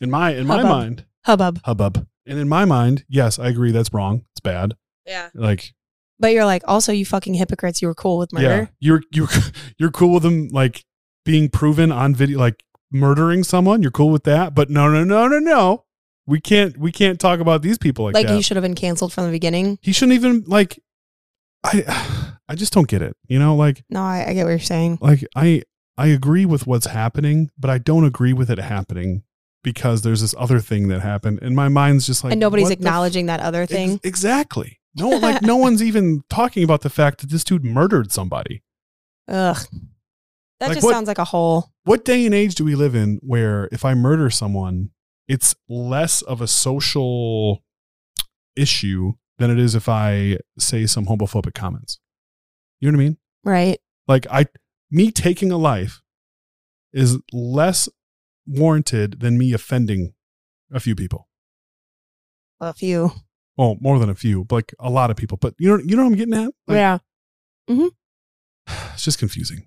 S2: in my in my
S4: Hubbub.
S2: mind
S4: Hubbub.
S2: hubbub. And in my mind, yes, I agree. That's wrong. It's bad.
S4: Yeah.
S2: Like,
S4: But you're like, also, you fucking hypocrites. You were cool with
S2: yeah,
S4: murder.
S2: you're you're you're cool with them like being proven on video, like murdering someone. You're cool with that, but no, no, no, no, no. We can't we can't talk about these people like,
S4: like,
S2: that.
S4: you should have been canceled from the beginning.
S2: he shouldn't even like. I I just don't get it. You know, like
S4: No, I, I get what you're saying.
S2: like I I agree with what's happening, but I don't agree with it happening because there's this other thing that happened, and my mind's just like
S4: and nobody's
S2: what the f-
S4: acknowledging that other thing.
S2: Ex- exactly. No, like no one's even talking about the fact that this dude murdered somebody.
S4: Ugh. That
S2: Like
S4: just
S2: what-
S4: sounds like a whole.
S2: What day and age do we live in where if I murder someone, it's less of a social issue than it is if I say some homophobic comments? You know what I mean?
S4: Right.
S2: Like I me taking a life is less warranted than me offending a few people.
S4: A few.
S2: Well, more than a few, but like a lot of people. But you know you know what I'm getting at? Like,
S4: yeah.
S2: It's just confusing.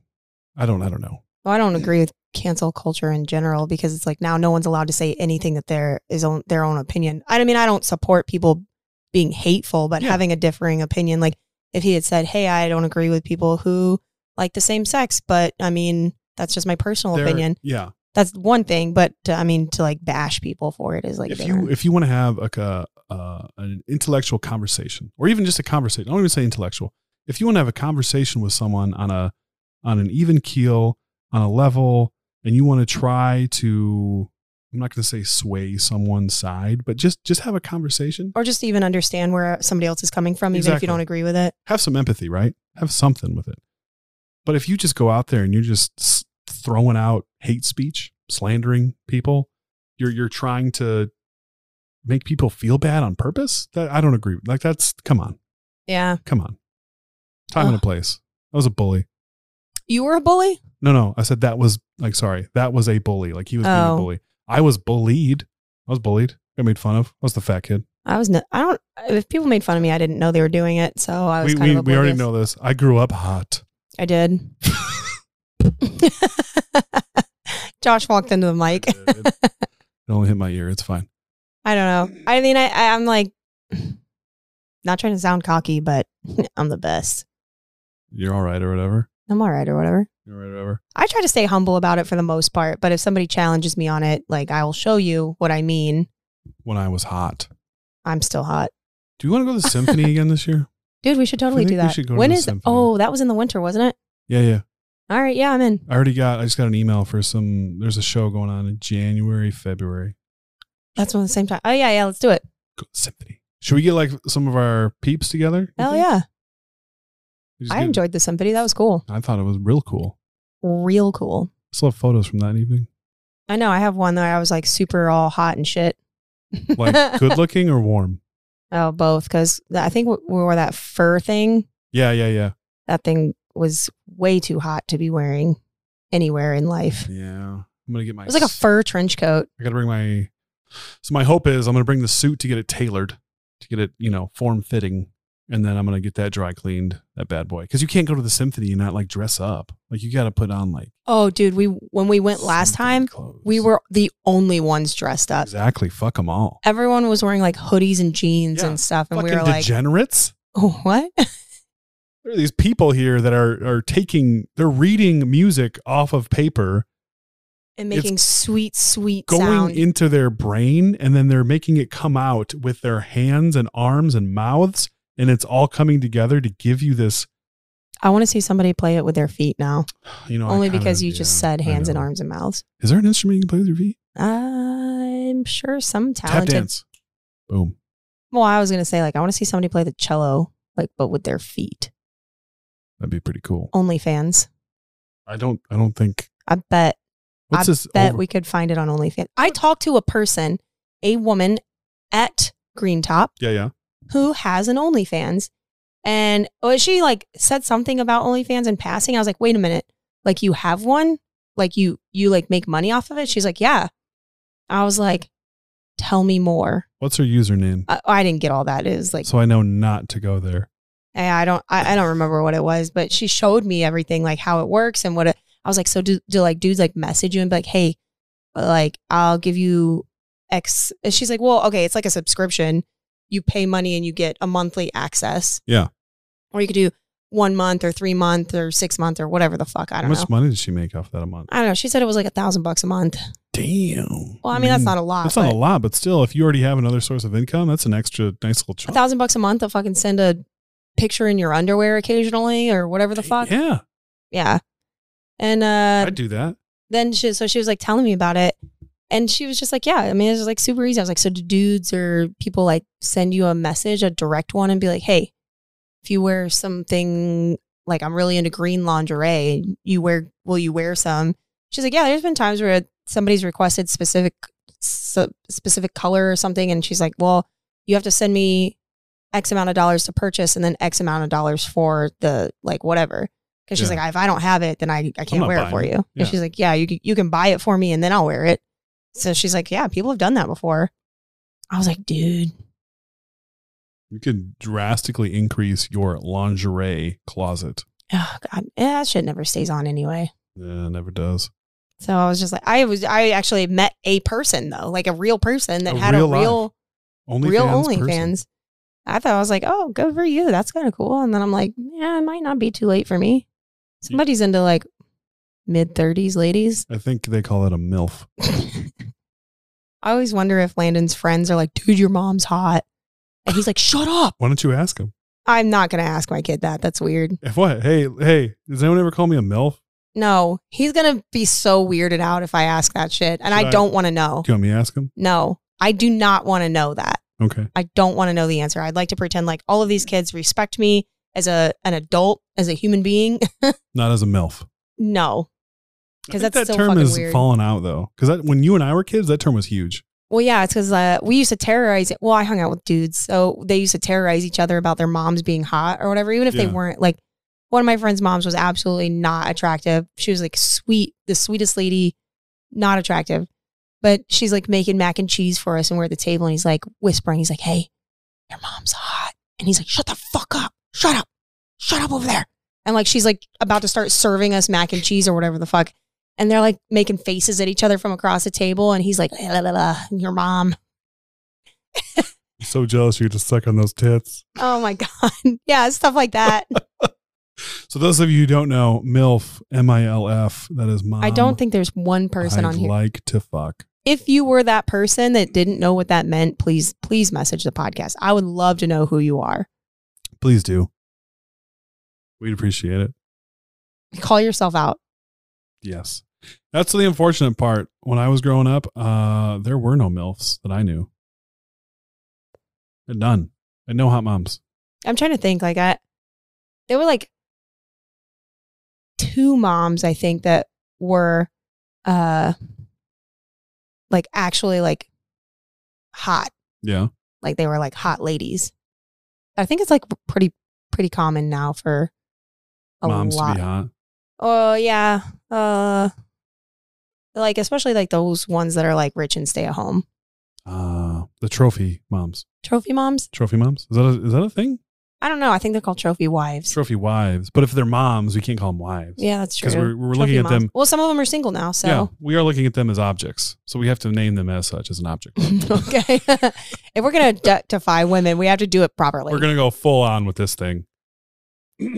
S2: I don't I don't know.
S4: Well, I don't agree with cancel culture in general because it's like now no one's allowed to say anything that their is on their own opinion. I mean, I don't support people being hateful, but
S2: Yeah.
S4: having a differing opinion, like if he had said, "Hey, I don't agree with people who like the same sex," but I mean, that's just my personal
S2: There-
S4: opinion.
S2: Yeah.
S4: That's one thing, but to, I mean, to like bash people for it is like
S2: if
S4: different.
S2: you if you want to have like a uh, an intellectual conversation or even just a conversation, I don't even say intellectual. If you want to have a conversation with someone on a on an even keel, on a level, and you want to try to, I'm not going to say sway someone's side, but just just have a conversation.
S4: or just even understand where somebody else is coming from, even if
S2: Exactly.
S4: you don't agree with it.
S2: Have some empathy, right? Have something with it. But if you just go out there and you're just s- throwing out hate speech, slandering people, you're you're trying to make people feel bad on purpose. That I don't agree. with. Like that's come on,
S4: Yeah,
S2: come on. Time and a
S4: Ugh.
S2: place. I was a bully.
S4: you were a bully.
S2: No, no. I said that was like sorry. That was a bully. Like he was being a
S4: Oh.
S2: bully. I was bullied. I was bullied. Got made fun of. I was the fat kid.
S4: I was. No, I don't. If people made fun of me, I didn't know they were doing it, so I was
S2: We
S4: kind
S2: we,
S4: of.
S2: we already
S4: oblivious.
S2: know this. I grew up hot.
S4: I did. Josh walked into the mic.
S2: it, it- it only hit my ear. It's fine.
S4: I don't know. I mean, I, I I'm like, not trying to sound cocky, but I'm the best.
S2: You're all right or whatever.
S4: I'm all right or whatever.
S2: You're all right or whatever.
S4: I try to stay humble about it for the most part, but if somebody challenges me on it, like I will show you what I mean.
S2: when I was hot.
S4: I'm still hot,
S2: Do you want to go to the symphony again this year?
S4: dude. We should totally
S2: think
S4: do
S2: we
S4: that.
S2: should go to
S4: when
S2: the
S4: is?
S2: symphony.
S4: Oh, that was in the winter, wasn't it?
S2: Yeah, yeah.
S4: All right, yeah, I'm in.
S2: I already got. I just got an email for some. There's a show going on in January, February.
S4: That's one at the same time. Oh yeah, yeah. Let's do it.
S2: Go to the symphony. Should we get like some of our peeps together? you
S4: Hell
S2: think?
S4: yeah.
S2: We just
S4: I
S2: get-
S4: enjoyed the symphony. That was cool.
S2: I thought it was real cool.
S4: Real cool.
S2: I still have photos from that evening.
S4: I know I have one that I was like super all hot and shit.
S2: Like good looking or warm?
S4: oh, both because I think we we wore that fur thing.
S2: Yeah, yeah, yeah.
S4: That thing was way too hot to be wearing anywhere in life.
S2: Yeah. I'm gonna get my
S4: It was like a fur trench coat.
S2: I gotta bring my so my hope is I'm gonna bring the suit to get it tailored, to get it, you know, form fitting, and then I'm gonna get that dry cleaned, that bad boy. Because you can't go to the symphony and not like dress up. Like you gotta put on like
S4: Oh, dude, we when we went last
S2: symphony
S4: time,
S2: clothes.
S4: we were the only ones dressed up.
S2: exactly fuck them all.
S4: Everyone was wearing like hoodies and jeans
S2: Yeah.
S4: and stuff, and we
S2: Fucking
S4: were like,
S2: degenerates.
S4: oh, "What?"
S2: There are these people here that are are taking they're reading music off of paper,
S4: and
S2: It's
S4: making sweet, sweet
S2: going
S4: sound.
S2: into their brain, and then they're making it come out with their hands and arms and mouths, and it's all coming together to give you this
S4: I want to see somebody play it with their feet now,
S2: you know Oh, I
S4: only
S2: kinda-
S4: because you
S2: yeah,
S4: just said
S2: I
S4: hands and
S2: know.
S4: arms and mouths.
S2: Is there an instrument you can play with your feet?
S4: I'm sure some talented.
S2: Tap dance. Boom.
S4: Well, I was gonna say like I want to see somebody play the cello, like but with their feet.
S2: That'd be pretty cool.
S4: Only fans.
S2: I don't. I don't think.
S4: I bet.
S2: What's
S4: I
S2: this?
S4: bet
S2: over-
S4: we could find it on OnlyFans. I talked to a person, a woman at Green Top
S2: yeah, yeah.
S4: who has an OnlyFans, and well, she like said something about OnlyFans in passing. I was like, wait a minute, like you have one, like you you like make money off of it. She's like, yeah. I was like, tell me more.
S2: What's her username?
S4: I, I didn't get all that. It was Uh, like
S2: so I know not to go there.
S4: I I don't I, I don't remember what it was, but she showed me everything like how it works and what it I was like, so do do like dudes like message you and be like, hey, like I'll give you X and she's like, Well, okay, it's like a subscription. You pay money and you get a monthly access.
S2: Yeah.
S4: Or you could do one month or three month or six month or whatever the fuck. I
S2: How
S4: don't
S2: much
S4: know.
S2: money did she make off that a month?
S4: I don't know. She said it was like a thousand bucks a month.
S2: Damn.
S4: Well, I mean, that's not a lot.
S2: That's not
S4: but
S2: a lot, but still, if you already have another source of income, that's an extra nice little
S4: A
S2: chunk.
S4: thousand bucks a month to fucking send a picture in your underwear occasionally or whatever the fuck. Yeah.
S2: Yeah,
S4: And uh
S2: I'd do that.
S4: then she so she was like telling me about it and she was just like yeah i mean it was like super easy i was like so do dudes or people like send you a message a direct one and be like hey if you wear something like i'm really into green lingerie you wear will you wear some she's like yeah there's been times where somebody's requested specific so, specific color or something and she's like well you have to send me x amount of dollars to purchase and then x amount of dollars for the like whatever because she's
S2: Yeah.
S4: like if i don't have it then i, I can't
S2: not
S4: wear it
S2: buying
S4: for
S2: it.
S4: you and
S2: Yeah.
S4: she's like yeah you, can- you can buy it for me and then i'll wear it so she's like yeah people have done that before i was like dude
S2: You could drastically increase your lingerie closet.
S4: oh god eh, that shit never stays on anyway
S2: Yeah, it never does.
S4: So I was just like, I was, I actually met a person though, like a real person that
S2: A
S4: had
S2: real
S4: a
S2: life
S4: real,
S2: Only
S4: real
S2: fans person.
S4: OnlyFans. I thought I was like, oh, good for you. That's kind of cool. And then I'm like, yeah, it might not be too late for me. Somebody's into like mid 30s ladies.
S2: I think they call that a milf.
S4: I always wonder if Landon's friends are like, dude, your mom's hot. And he's like, shut up.
S2: Why don't you ask him?
S4: I'm not going to ask my kid that. That's weird.
S2: If what? Hey, hey, does anyone ever call me a MILF?
S4: No, he's going to be so weirded out if I ask that shit. And
S2: Should
S4: I
S2: I-
S4: don't want to know.
S2: Do you want me to ask him?
S4: No, I do not want to know that.
S2: Okay.
S4: I don't want to know the answer. I'd like to pretend like all of these kids respect me as a an adult, as a human being.
S2: Not as a MILF.
S4: no,
S2: I
S4: because
S2: think
S4: that's
S2: that
S4: still
S2: term
S4: fucking
S2: is
S4: weird.
S2: falling out though. Because when you and I were kids, that term was huge.
S4: well, yeah, it's because uh, we used to terrorize. Well, I hung out with dudes, so they used to terrorize each other about their moms being hot or whatever, even if they
S2: Yeah.
S4: weren't. Like one of my friend's moms was absolutely not attractive. She was like sweet, the sweetest lady, not attractive. But she's like making mac and cheese for us, and we're at the table, and he's like whispering, he's like, "Hey, your mom's hot," and he's like, "Shut the fuck up! Shut up! Shut up over there!" And like she's like about to start serving us mac and cheese or whatever the fuck, and they're like making faces at each other from across the table, and he's like, "La, la, la, la, "Your mom."
S2: I'm so jealous you just suck on those tits.
S4: Oh my god, yeah, stuff like that.
S2: So those of you who don't know, MILF, M I L F, that is mom.
S4: I don't think there's one person
S2: Um, I'd
S4: on here.
S2: like to fuck.
S4: if you were that person that didn't know what that meant, please, please message the podcast. I would love to know who you are.
S2: Please do. We'd appreciate it.
S4: Call yourself out.
S2: Yes. That's the unfortunate part. When I was growing up, uh, there were no MILFs that I knew. And none. And no hot moms.
S4: I'm trying to think. Like I, there were like two moms I think that were, uh, like actually like hot.
S2: Yeah.
S4: Like they were like hot ladies. I think it's like pretty pretty common now for a
S2: Moms
S4: lot.
S2: to be hot.
S4: Oh yeah. Uh like especially like those ones that are like rich and stay at home.
S2: Uh, the trophy moms.
S4: Trophy moms?
S2: Trophy moms? Is that a, is that a thing?
S4: I don't know. I think they're called trophy wives.
S2: Trophy wives. But if they're moms, we can't call them wives.
S4: Yeah, that's true.
S2: Because we're, we're looking
S4: Trophy
S2: at
S4: moms.
S2: them.
S4: Well, some of them are single now, so
S2: Yeah. We are looking at them as objects. So we have to name them as such as an object.
S4: okay. if we're gonna de- defy women, we have to do it properly.
S2: We're going to go full on with this thing.
S4: but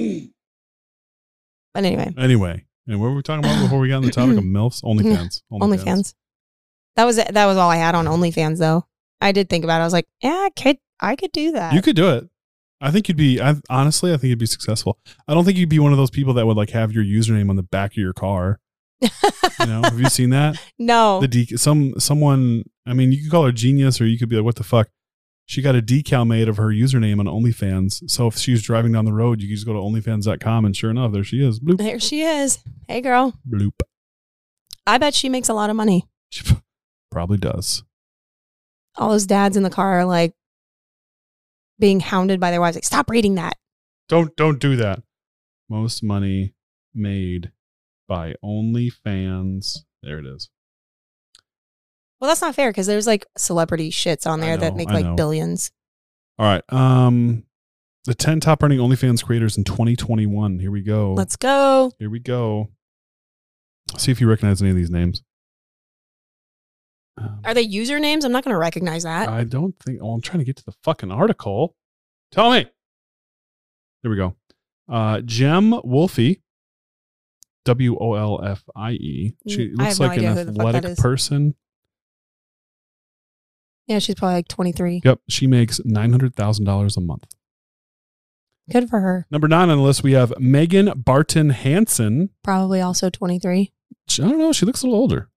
S4: anyway,
S2: Anyway. And what were we talking about before we got on the topic of MILFs? OnlyFans.
S4: OnlyFans. That was it. That was all I had on OnlyFans, though. I did think about it. I was like, yeah, I could I could do that.
S2: You could do it. I think you'd be. I honestly, I think you'd be successful. I don't think you'd be one of those people that would like have your username on the back of your car. You know, have you seen that?
S4: no,
S2: The dec some someone. I mean, you could call her genius, or you could be like, "What the fuck." She got a decal made of her username on OnlyFans. So if she was driving down the road, you could just go to OnlyFans.com, and sure enough, there she is. Bloop,
S4: there she is. Hey, girl.
S2: bloop.
S4: I bet she makes a lot of money.
S2: She probably does.
S4: All those dads in the car are like being hounded by their wives. Like, stop reading that.
S2: Don't don't do that. Most money made by OnlyFans. There it is.
S4: Well, that's not fair because there's like celebrity shits on
S2: I
S4: there that
S2: know,
S4: make
S2: I
S4: like
S2: know.
S4: billions.
S2: All right. Um, the ten top earning OnlyFans creators in 2021. Here we go.
S4: Let's go.
S2: Here we go. See if you recognize any of these names. Um,
S4: Are uh they usernames? I'm not going to recognize that.
S2: I don't think. Oh, I'm trying to get to the fucking article. Tell me. There we go. Uh, Gem Wolfie. W O L F I E. She
S4: Mm, I
S2: looks
S4: have no
S2: like
S4: idea
S2: an
S4: who the fuck that
S2: athletic
S4: is.
S2: person.
S4: yeah, she's probably like 23.
S2: Yep. She makes $900,000 a month.
S4: Good for her.
S2: Number nine on the list, we have Megan Barton Hansen.
S4: Probably also 23.
S2: She- I don't know. She looks a little older.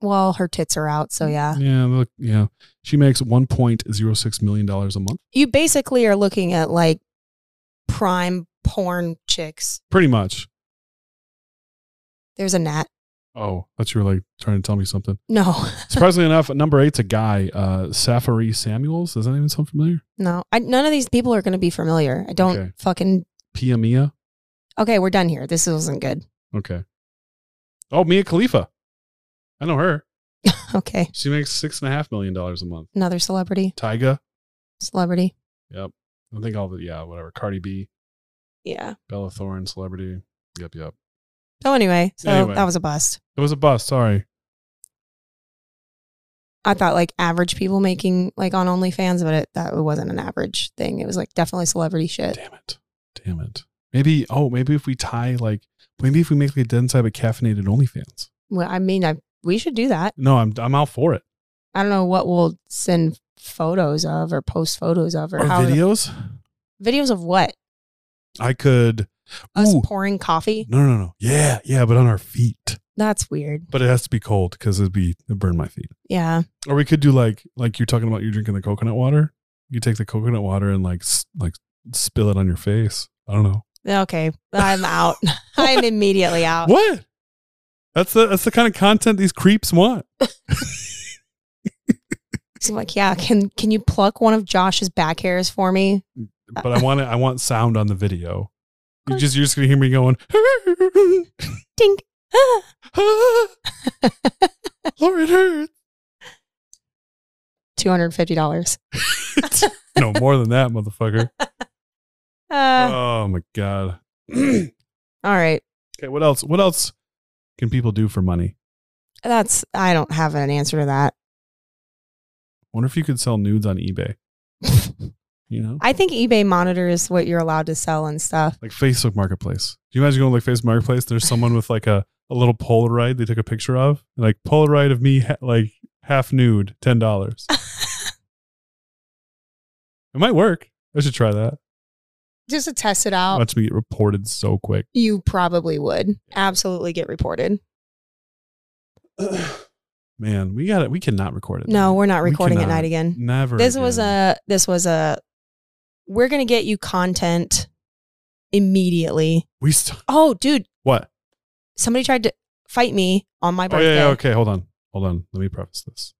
S4: Well, her tits are out,
S2: Mm.
S4: so yeah.
S2: Yeah, look, yeah. She makes one point zero six million dollars a month,
S4: You basically are looking at like prime porn chicks.
S2: pretty much.
S4: There's a gnat.
S2: Oh, that's you were like trying to tell me something.
S4: No,
S2: Surprisingly enough, at number eight's a guy, uh, Safari Samuels. Does that even sound familiar?
S4: no. I, none of these people are going to be familiar. I don't
S2: Okay.
S4: fucking.
S2: Pia Mia.
S4: Okay, we're done here. This wasn't good.
S2: Okay. Oh, Mia Khalifa. I know her.
S4: Okay.
S2: She makes six and a half million dollars a month.
S4: Another celebrity.
S2: Tyga.
S4: Celebrity.
S2: I think all the yeah, whatever. Cardi B,
S4: Yeah.
S2: Bella Thorne, celebrity. Yep, yep.
S4: So anyway, so
S2: Anyway.
S4: that was a bust.
S2: It was a bust. Sorry.
S4: I thought like average people making like on OnlyFans, but it, that wasn't an average thing. It was like definitely celebrity shit.
S2: Damn it. Damn it. Maybe, oh, maybe if we tie like, maybe if we make like a dead inside but caffeinated OnlyFans.
S4: Well, I mean, I we should do that.
S2: No, I'm, I'm out for it.
S4: I don't know what we'll send photos of or post photos of or,
S2: Or
S4: how
S2: videos?
S4: videos of what
S2: I could.
S4: us
S2: Ooh.
S4: pouring coffee.
S2: No, no, no. Yeah. Yeah. But on our feet.
S4: That's weird.
S2: But it has to be cold because it'd be, it'd burn my feet.
S4: Yeah,
S2: Or we could do like, like you're talking about, you're drinking the coconut water. You take the coconut water and like, s- like spill it on your face. I don't know.
S4: okay, I'm out. I'm immediately out.
S2: What? That's the, that's the kind of content these creeps want.
S4: So I'm like, yeah, can can you pluck one of Josh's back hairs for me?
S2: But I want it, I want sound on the video. You
S4: course.
S2: just, you're just going to hear me going.
S4: Dink. Ah.
S2: Ah! Lord, it hurts.
S4: Two hundred fifty dollars.
S2: No, more than that, motherfucker.
S4: Uh,
S2: oh my god. okay,
S4: all right,
S2: what else? What else can people do for money?
S4: that's I don't have an answer to that.
S2: Wonder if you could sell nudes on eBay. You know,
S4: I think eBay monitors what you're allowed to sell and stuff.
S2: like Facebook Marketplace. Do you imagine going to like Facebook Marketplace? There's someone with like a a little Polaroid they took a picture of, like Polaroid of me, ha- like half nude, ten dollars. it might work. I should try that.
S4: Just to test it out.
S2: Watch me get reported so quick.
S4: You probably would absolutely get reported.
S2: Man, we got it. We cannot record it.
S4: No, we're not
S2: We
S4: recording at
S2: cannot.
S4: night again.
S2: Never.
S4: This was
S2: again.
S4: a this was a we're gonna get you content immediately.
S2: We st-
S4: Oh, dude,
S2: what?
S4: somebody tried to fight me on my
S2: Oh
S4: birthday.
S2: yeah, yeah. Okay, hold on. Hold on. Let me preface this.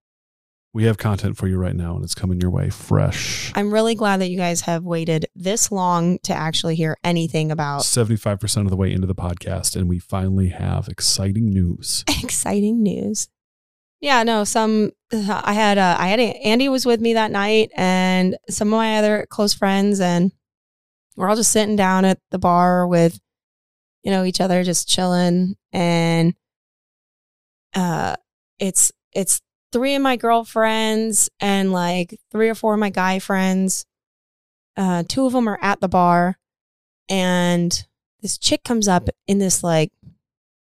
S2: We have content for you right now, and it's coming your way fresh.
S4: I'm really glad that you guys have waited this long to actually hear anything about
S2: 75% of the way into the podcast, and we finally have exciting news.
S4: exciting news. Yeah, no, some I had uh, I had Andy was with me that night and some of my other close friends and we're all just sitting down at the bar with you know each other just chilling and uh it's it's three of my girlfriends and like three or four of my guy friends. Uh two of them are at the bar and this chick comes up in this like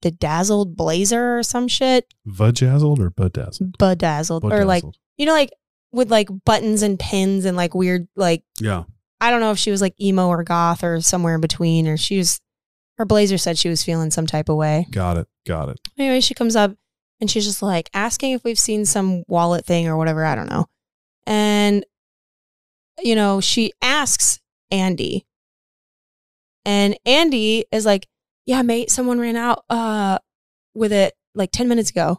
S4: bedazzled blazer or some shit,
S2: Vajazzled or bedazzled?
S4: bedazzled, or like
S2: Bedazzled.
S4: you know, like with like buttons and pins and like weird, like
S2: yeah.
S4: I don't know if she was like emo or goth or somewhere in between, or she was her blazer said she was feeling some type of way.
S2: Got it. Got it.
S4: Anyway, she comes up and she's just like asking if we've seen some wallet thing or whatever. I don't know. And, you know, she asks Andy. And Andy is like, yeah, mate, someone ran out uh, with it like 10 minutes ago.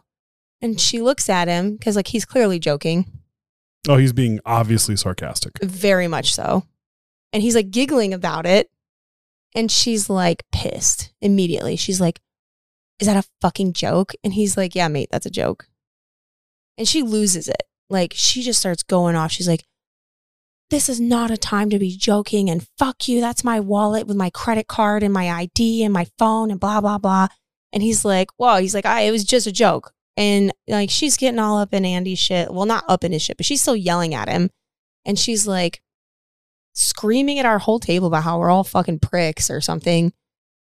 S4: And she looks at him because, like, he's clearly joking,
S2: Oh, he's being obviously sarcastic.
S4: very much so. And he's like giggling about it. And she's like pissed immediately. She's like, is that a fucking joke? And he's like, yeah, mate, that's a joke. And she loses it. Like, she just starts going off. She's like, this is not a time to be joking. And fuck you. That's my wallet with my credit card and my ID and my phone and blah, blah, blah. And he's like, whoa, he's like, I, it was just a joke. And like, she's getting all up in Andy's shit. Well, not up in his shit, but she's still yelling at him. And she's like, screaming at our whole table about how we're all fucking pricks or something.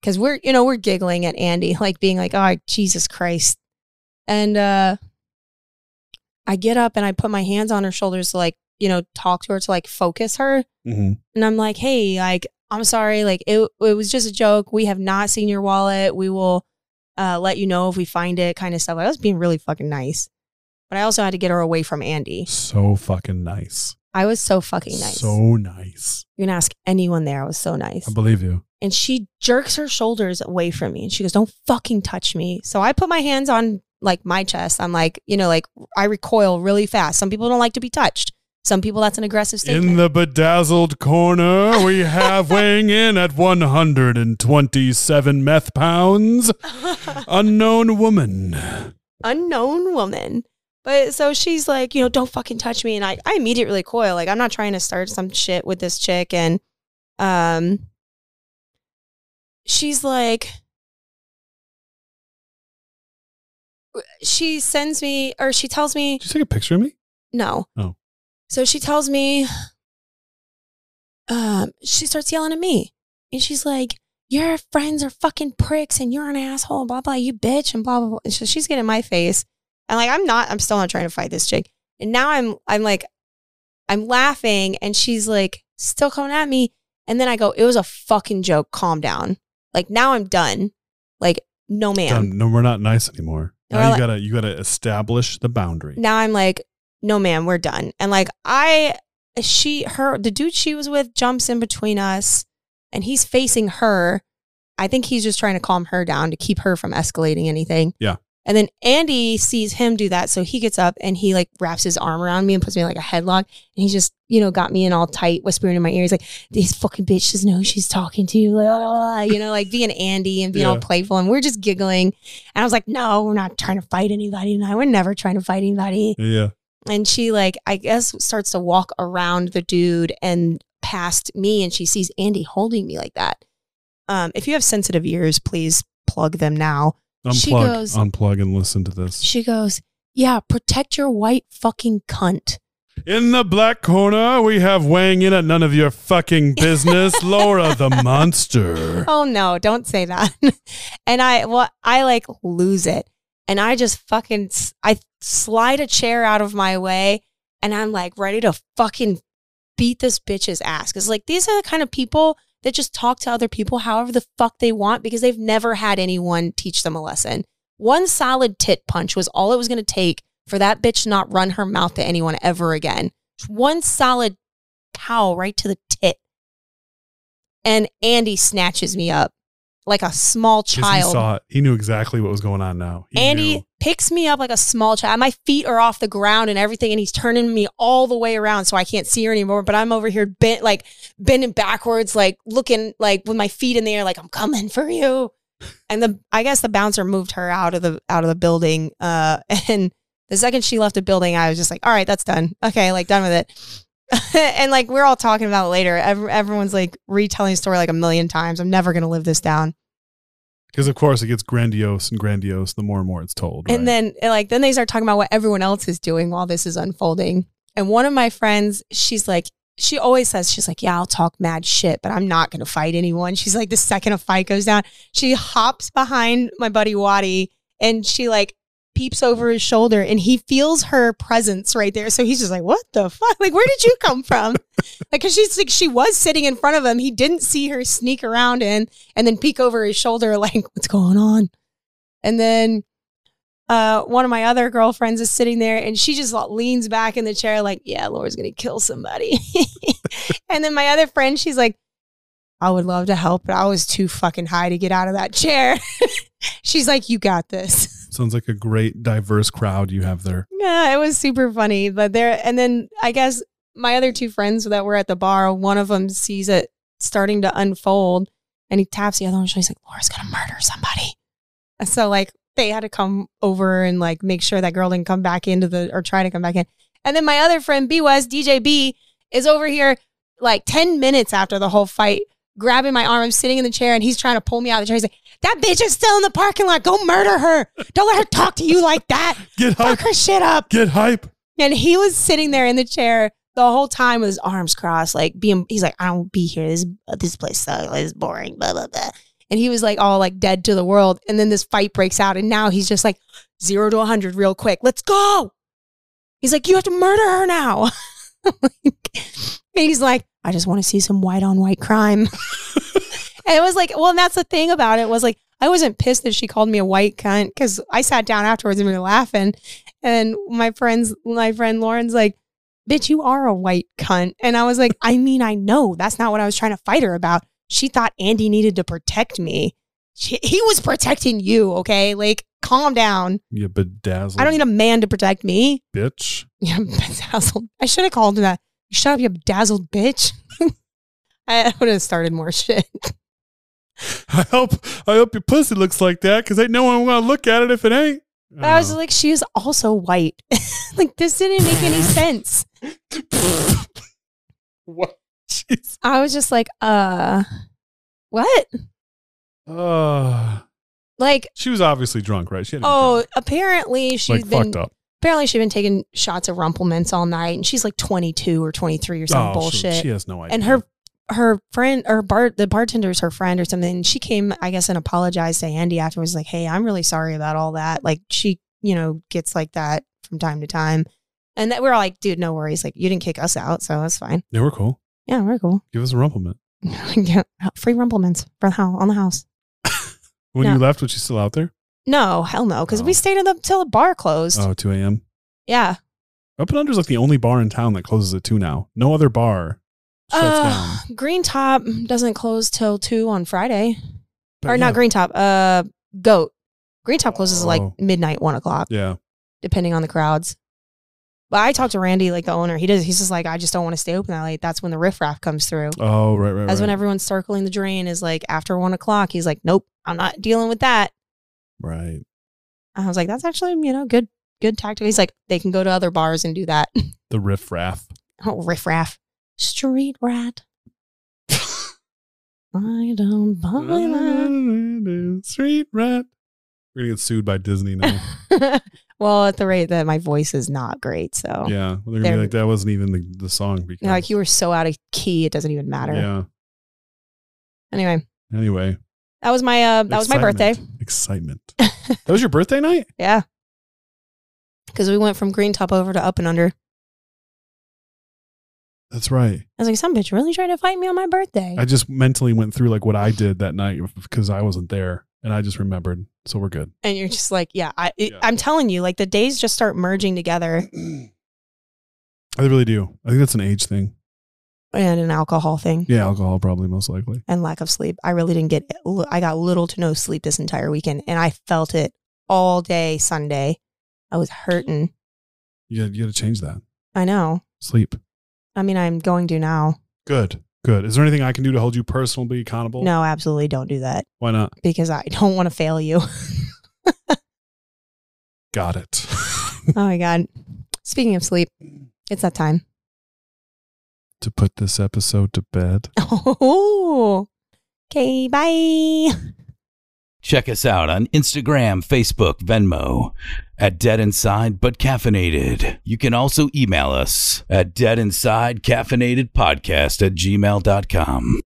S4: Cause we're, you know, we're giggling at Andy, like being like, oh, Jesus Christ. And uh I get up and I put my hands on her shoulders to like, you know, talk to her to like focus her.
S2: Mm-hmm.
S4: And I'm like, hey, like, I'm sorry. Like, it, it was just a joke. We have not seen your wallet. We will uh, let you know if we find it, kind of stuff. I was being really fucking nice. But I also had to get her away from Andy.
S2: So fucking nice.
S4: I was so fucking nice.
S2: So nice.
S4: you can ask anyone there. I was so nice.
S2: I believe you.
S4: and she jerks her shoulders away from me and she goes don't fucking touch me so i put my hands on like my chest i'm like you know like i recoil really fast some people don't like to be touched some people that's an aggressive statement
S2: In the bedazzled corner, we have weighing in at 127 meth pounds, unknown woman.
S4: unknown woman but so she's like you know don't fucking touch me and i, I immediately recoil like i'm not trying to start some shit with this chick and um she's like she sends me or she tells me
S2: Did you take a picture of me?
S4: No.
S2: Oh.
S4: So she tells me, um, she starts yelling at me. And she's like, Your friends are fucking pricks and you're an asshole, blah, blah, you bitch, and blah, blah, blah. And so she's getting in my face. And like, I'm not, I'm still not trying to fight this chick. And now I'm, I'm like, I'm laughing and she's like, still coming at me. And then I go, It was a fucking joke. Calm down. Like, now I'm done. Like, no, ma'am.
S2: Done. No, we're not nice anymore.
S4: No,
S2: Now
S4: I-
S2: you gotta you gotta establish the boundary.
S4: now I'm like, no, ma'am, we're done. And like, I, she, her, the dude she was with jumps in between us and he's facing her. I think he's just trying to calm her down to keep her from escalating anything.
S2: Yeah.
S4: And then Andy sees him do that. So he gets up and he like wraps his arm around me and puts me in like a headlock. And he just, you know, got me in all tight, whispering in my ear. He's like, this fucking bitch doesn't know who she's talking to. Blah, blah, blah, you know, like being Andy and being all
S2: Yeah.
S4: playful. And we're just giggling. And I was like, no, we're not trying to fight anybody. And I we're never trying to fight anybody.
S2: Yeah.
S4: And she like, I guess starts to walk around the dude and past me and she sees Andy holding me like that. Um, if you have sensitive ears, please plug them now.
S2: Unplug.
S4: She goes-
S2: unplug and listen to this.
S4: She goes, Yeah, protect your white fucking cunt.
S2: In the black corner, we have weighing in at none of your fucking business, Laura the monster.
S4: Oh no, don't say that. and I well, I like lose it. And I just fucking s- I slide a chair out of my way and I'm like ready to fucking beat this bitch's ass. Cause like these are the kind of people that just talk to other people however the fuck they want because they've never had anyone teach them a lesson. One solid tit punch was all it was gonna take for that bitch to not run her mouth to anyone ever again. Just One solid pow right to the tit and Andy snatches me up like a small
S2: 'Cause He
S4: child.
S2: saw it. He knew exactly what was going on now. He
S4: Andy
S2: knew.
S4: picks me up like a small child. My feet are off the ground and everything, and he's turning me all the way around so I can't see her anymore. But I'm over here bent, like bending backwards, like looking, like with my feet in the air, like I'm coming for you. And the I guess the bouncer moved her out of the out of the building. Uh, and the second she left the building, I was just like, all right, that's done. Okay, like done with it. and like we're all talking about it later. Ev- everyone's like retelling the story like a million times. I'm never gonna live this down.
S2: Because of course it gets grandiose and grandiose the more and more it's told.
S4: And
S2: right?
S4: then and, like then they start talking about what everyone else is doing while this is unfolding. And one of my friends, she's like, she always says, she's like, yeah, I'll talk mad shit, but I'm not gonna fight anyone. She's like, the second a fight goes down, she hops behind my buddy Waddy and she like peeps over his shoulder and he feels her presence right there. So he's just like, what the fuck? Like, where did you come from? like, cause she's like, she was sitting in front of him. He didn't see her sneak around in and then peek over his shoulder, like, what's going on? And then uh, one of my other girlfriends is sitting there and she just like, leans back in the chair, like, yeah, Laura's going to kill somebody. and then my other friend, she's like, I would love to help, but I was too fucking high to get out of that chair. she's like, you got this.
S2: sounds like a great diverse crowd you have there.
S4: Yeah, it was super funny. But there, and then I guess my other two friends that were at the bar, one of them sees it starting to unfold and he taps the other one. She's like, Laura's going to murder somebody. And so, like, they had to come over and like make sure that girl didn't come back into the or try to come back in. And then my other friend B West, DJ B, is over here like 10 minutes after the whole fight, grabbing my arm. I'm sitting in the chair and he's trying to pull me out of the chair. He's like, That bitch is still in the parking lot. Go murder her. Don't let her talk to you like that.
S2: Get
S4: Fuck
S2: hype!
S4: her shit up.
S2: Get hype!
S4: And he was sitting there in the chair the whole time with his arms crossed, like being. He's like, I don't be here. This this place sucks. Like, it's boring. Blah blah blah. And he was like all like dead to the world. And then this fight breaks out, and now he's just like zero to a hundred real quick. Let's go. He's like, you have to murder her now. and he's like, I just want to see some white on white crime. and it was like, well, and that's the thing about it was like, I wasn't pissed that she called me a white cunt because I sat down afterwards and we were laughing. And my friends, my friend Lauren's like, "Bitch, you are a white cunt." And I was like, "I mean, I know that's not what I was trying to fight her about. She thought Andy needed to protect me. She, he was protecting you. Okay, like calm down.
S2: You bedazzled
S4: I don't need a man to protect me.
S2: bitch.
S4: Yeah, bedazzled. I should have called him that. Shut up, you bedazzled bitch. I would have started more shit.
S2: I hope I hope your pussy looks like that because ain't no one gonna look at it if it ain't. Uh-huh.
S4: But I was like, she is also white. like this didn't make any sense.
S2: what? Jeez.
S4: I was just like, uh, what?
S2: Uh,
S4: Like,
S2: she was obviously drunk, right? She had to be
S4: oh,
S2: drunk.
S4: apparently she
S2: like
S4: had been
S2: fucked up.
S4: apparently she'd been taking shots of rumplements all night, and she's like twenty two or twenty three or some
S2: Oh,
S4: bullshit.
S2: She, she has no idea.
S4: and her her friend or bar the bartender's her friend or something. and She came, I guess, and apologized to Andy afterwards, like, hey, I'm really sorry about all that. Like she, you know, gets like that from time to time. And that we're all like, dude, no worries. Like you didn't kick us out, so that's fine.
S2: they were cool.
S4: Yeah, we're cool.
S2: Give us a rumplement.
S4: Yeah, Free rumplements for the house on the house.
S2: When
S4: No.
S2: you left, was she still out there?
S4: No, hell no, because
S2: Oh.
S4: we stayed in the till the bar closed.
S2: Oh, 2 a.m.
S4: Yeah.
S2: Up and Under is like the only bar in town that closes at two now. No other bar shuts
S4: Uh,
S2: down.
S4: Green Top doesn't close till two on Friday,
S2: But
S4: or
S2: yeah,
S4: not Green Top. Uh, Goat. Green Top closes at like
S2: Oh.
S4: midnight, one o'clock,
S2: Yeah,
S4: depending on the crowds. But I talked to Randy, like the owner. He does. He's just like, I just don't want to stay open that late. That's when the riffraff comes through.
S2: Oh, right, right,
S4: That's when
S2: right.
S4: everyone's circling the drain. Is like after one o'clock. He's like, Nope, I'm not dealing with that.
S2: right.
S4: And I was like, That's actually you know good good tactic. He's like, They can go to other bars and do that.
S2: The riffraff.
S4: Oh, riffraff. Street rat. I don't buy
S2: Street rat. We're gonna get sued by Disney now.
S4: that. well, at the rate that my voice is not great, so
S2: yeah, they're gonna
S4: They're-
S2: be like that wasn't even the, the song because
S4: You know, Oh, like you were so out of key, it doesn't even matter.
S2: Yeah.
S4: Anyway,
S2: Anyway,
S4: that was my uh, that was my birthday.
S2: Excitement. Excitement. that was your birthday night.
S4: Yeah, because we went from Green Top over to Up and Under. I
S2: That's right.
S4: was like, some bitch really tried to fight me on my birthday.
S2: I just mentally went through like what I did that night because I wasn't there, and I just remembered. So we're good.
S4: and you're just like, yeah, I, it,
S2: Yeah.
S4: I'm telling you, like the days just start merging together.
S2: I really do. I think that's an age thing.
S4: and an alcohol thing
S2: Yeah, alcohol probably most likely.
S4: and lack of sleep. I really didn't get, I got little to no sleep this entire weekend and I felt it all day Sunday. I was hurting.
S2: You got, you got to change that.
S4: I know.
S2: Sleep.
S4: I mean, I'm going to now.
S2: Good. Good. Is there anything I can do to hold you personally accountable?
S4: No, absolutely don't do that
S2: Why not?
S4: because I don't want to fail you.
S2: Got it.
S4: oh my God. Speaking of sleep, it's that time.
S2: to put this episode to bed.
S4: Oh, okay. Bye.
S1: Check us out on Instagram, Facebook, Venmo at Dead Inside But Caffeinated. You can also email us at deadinsidecaffeinatedpodcast at gmail.com.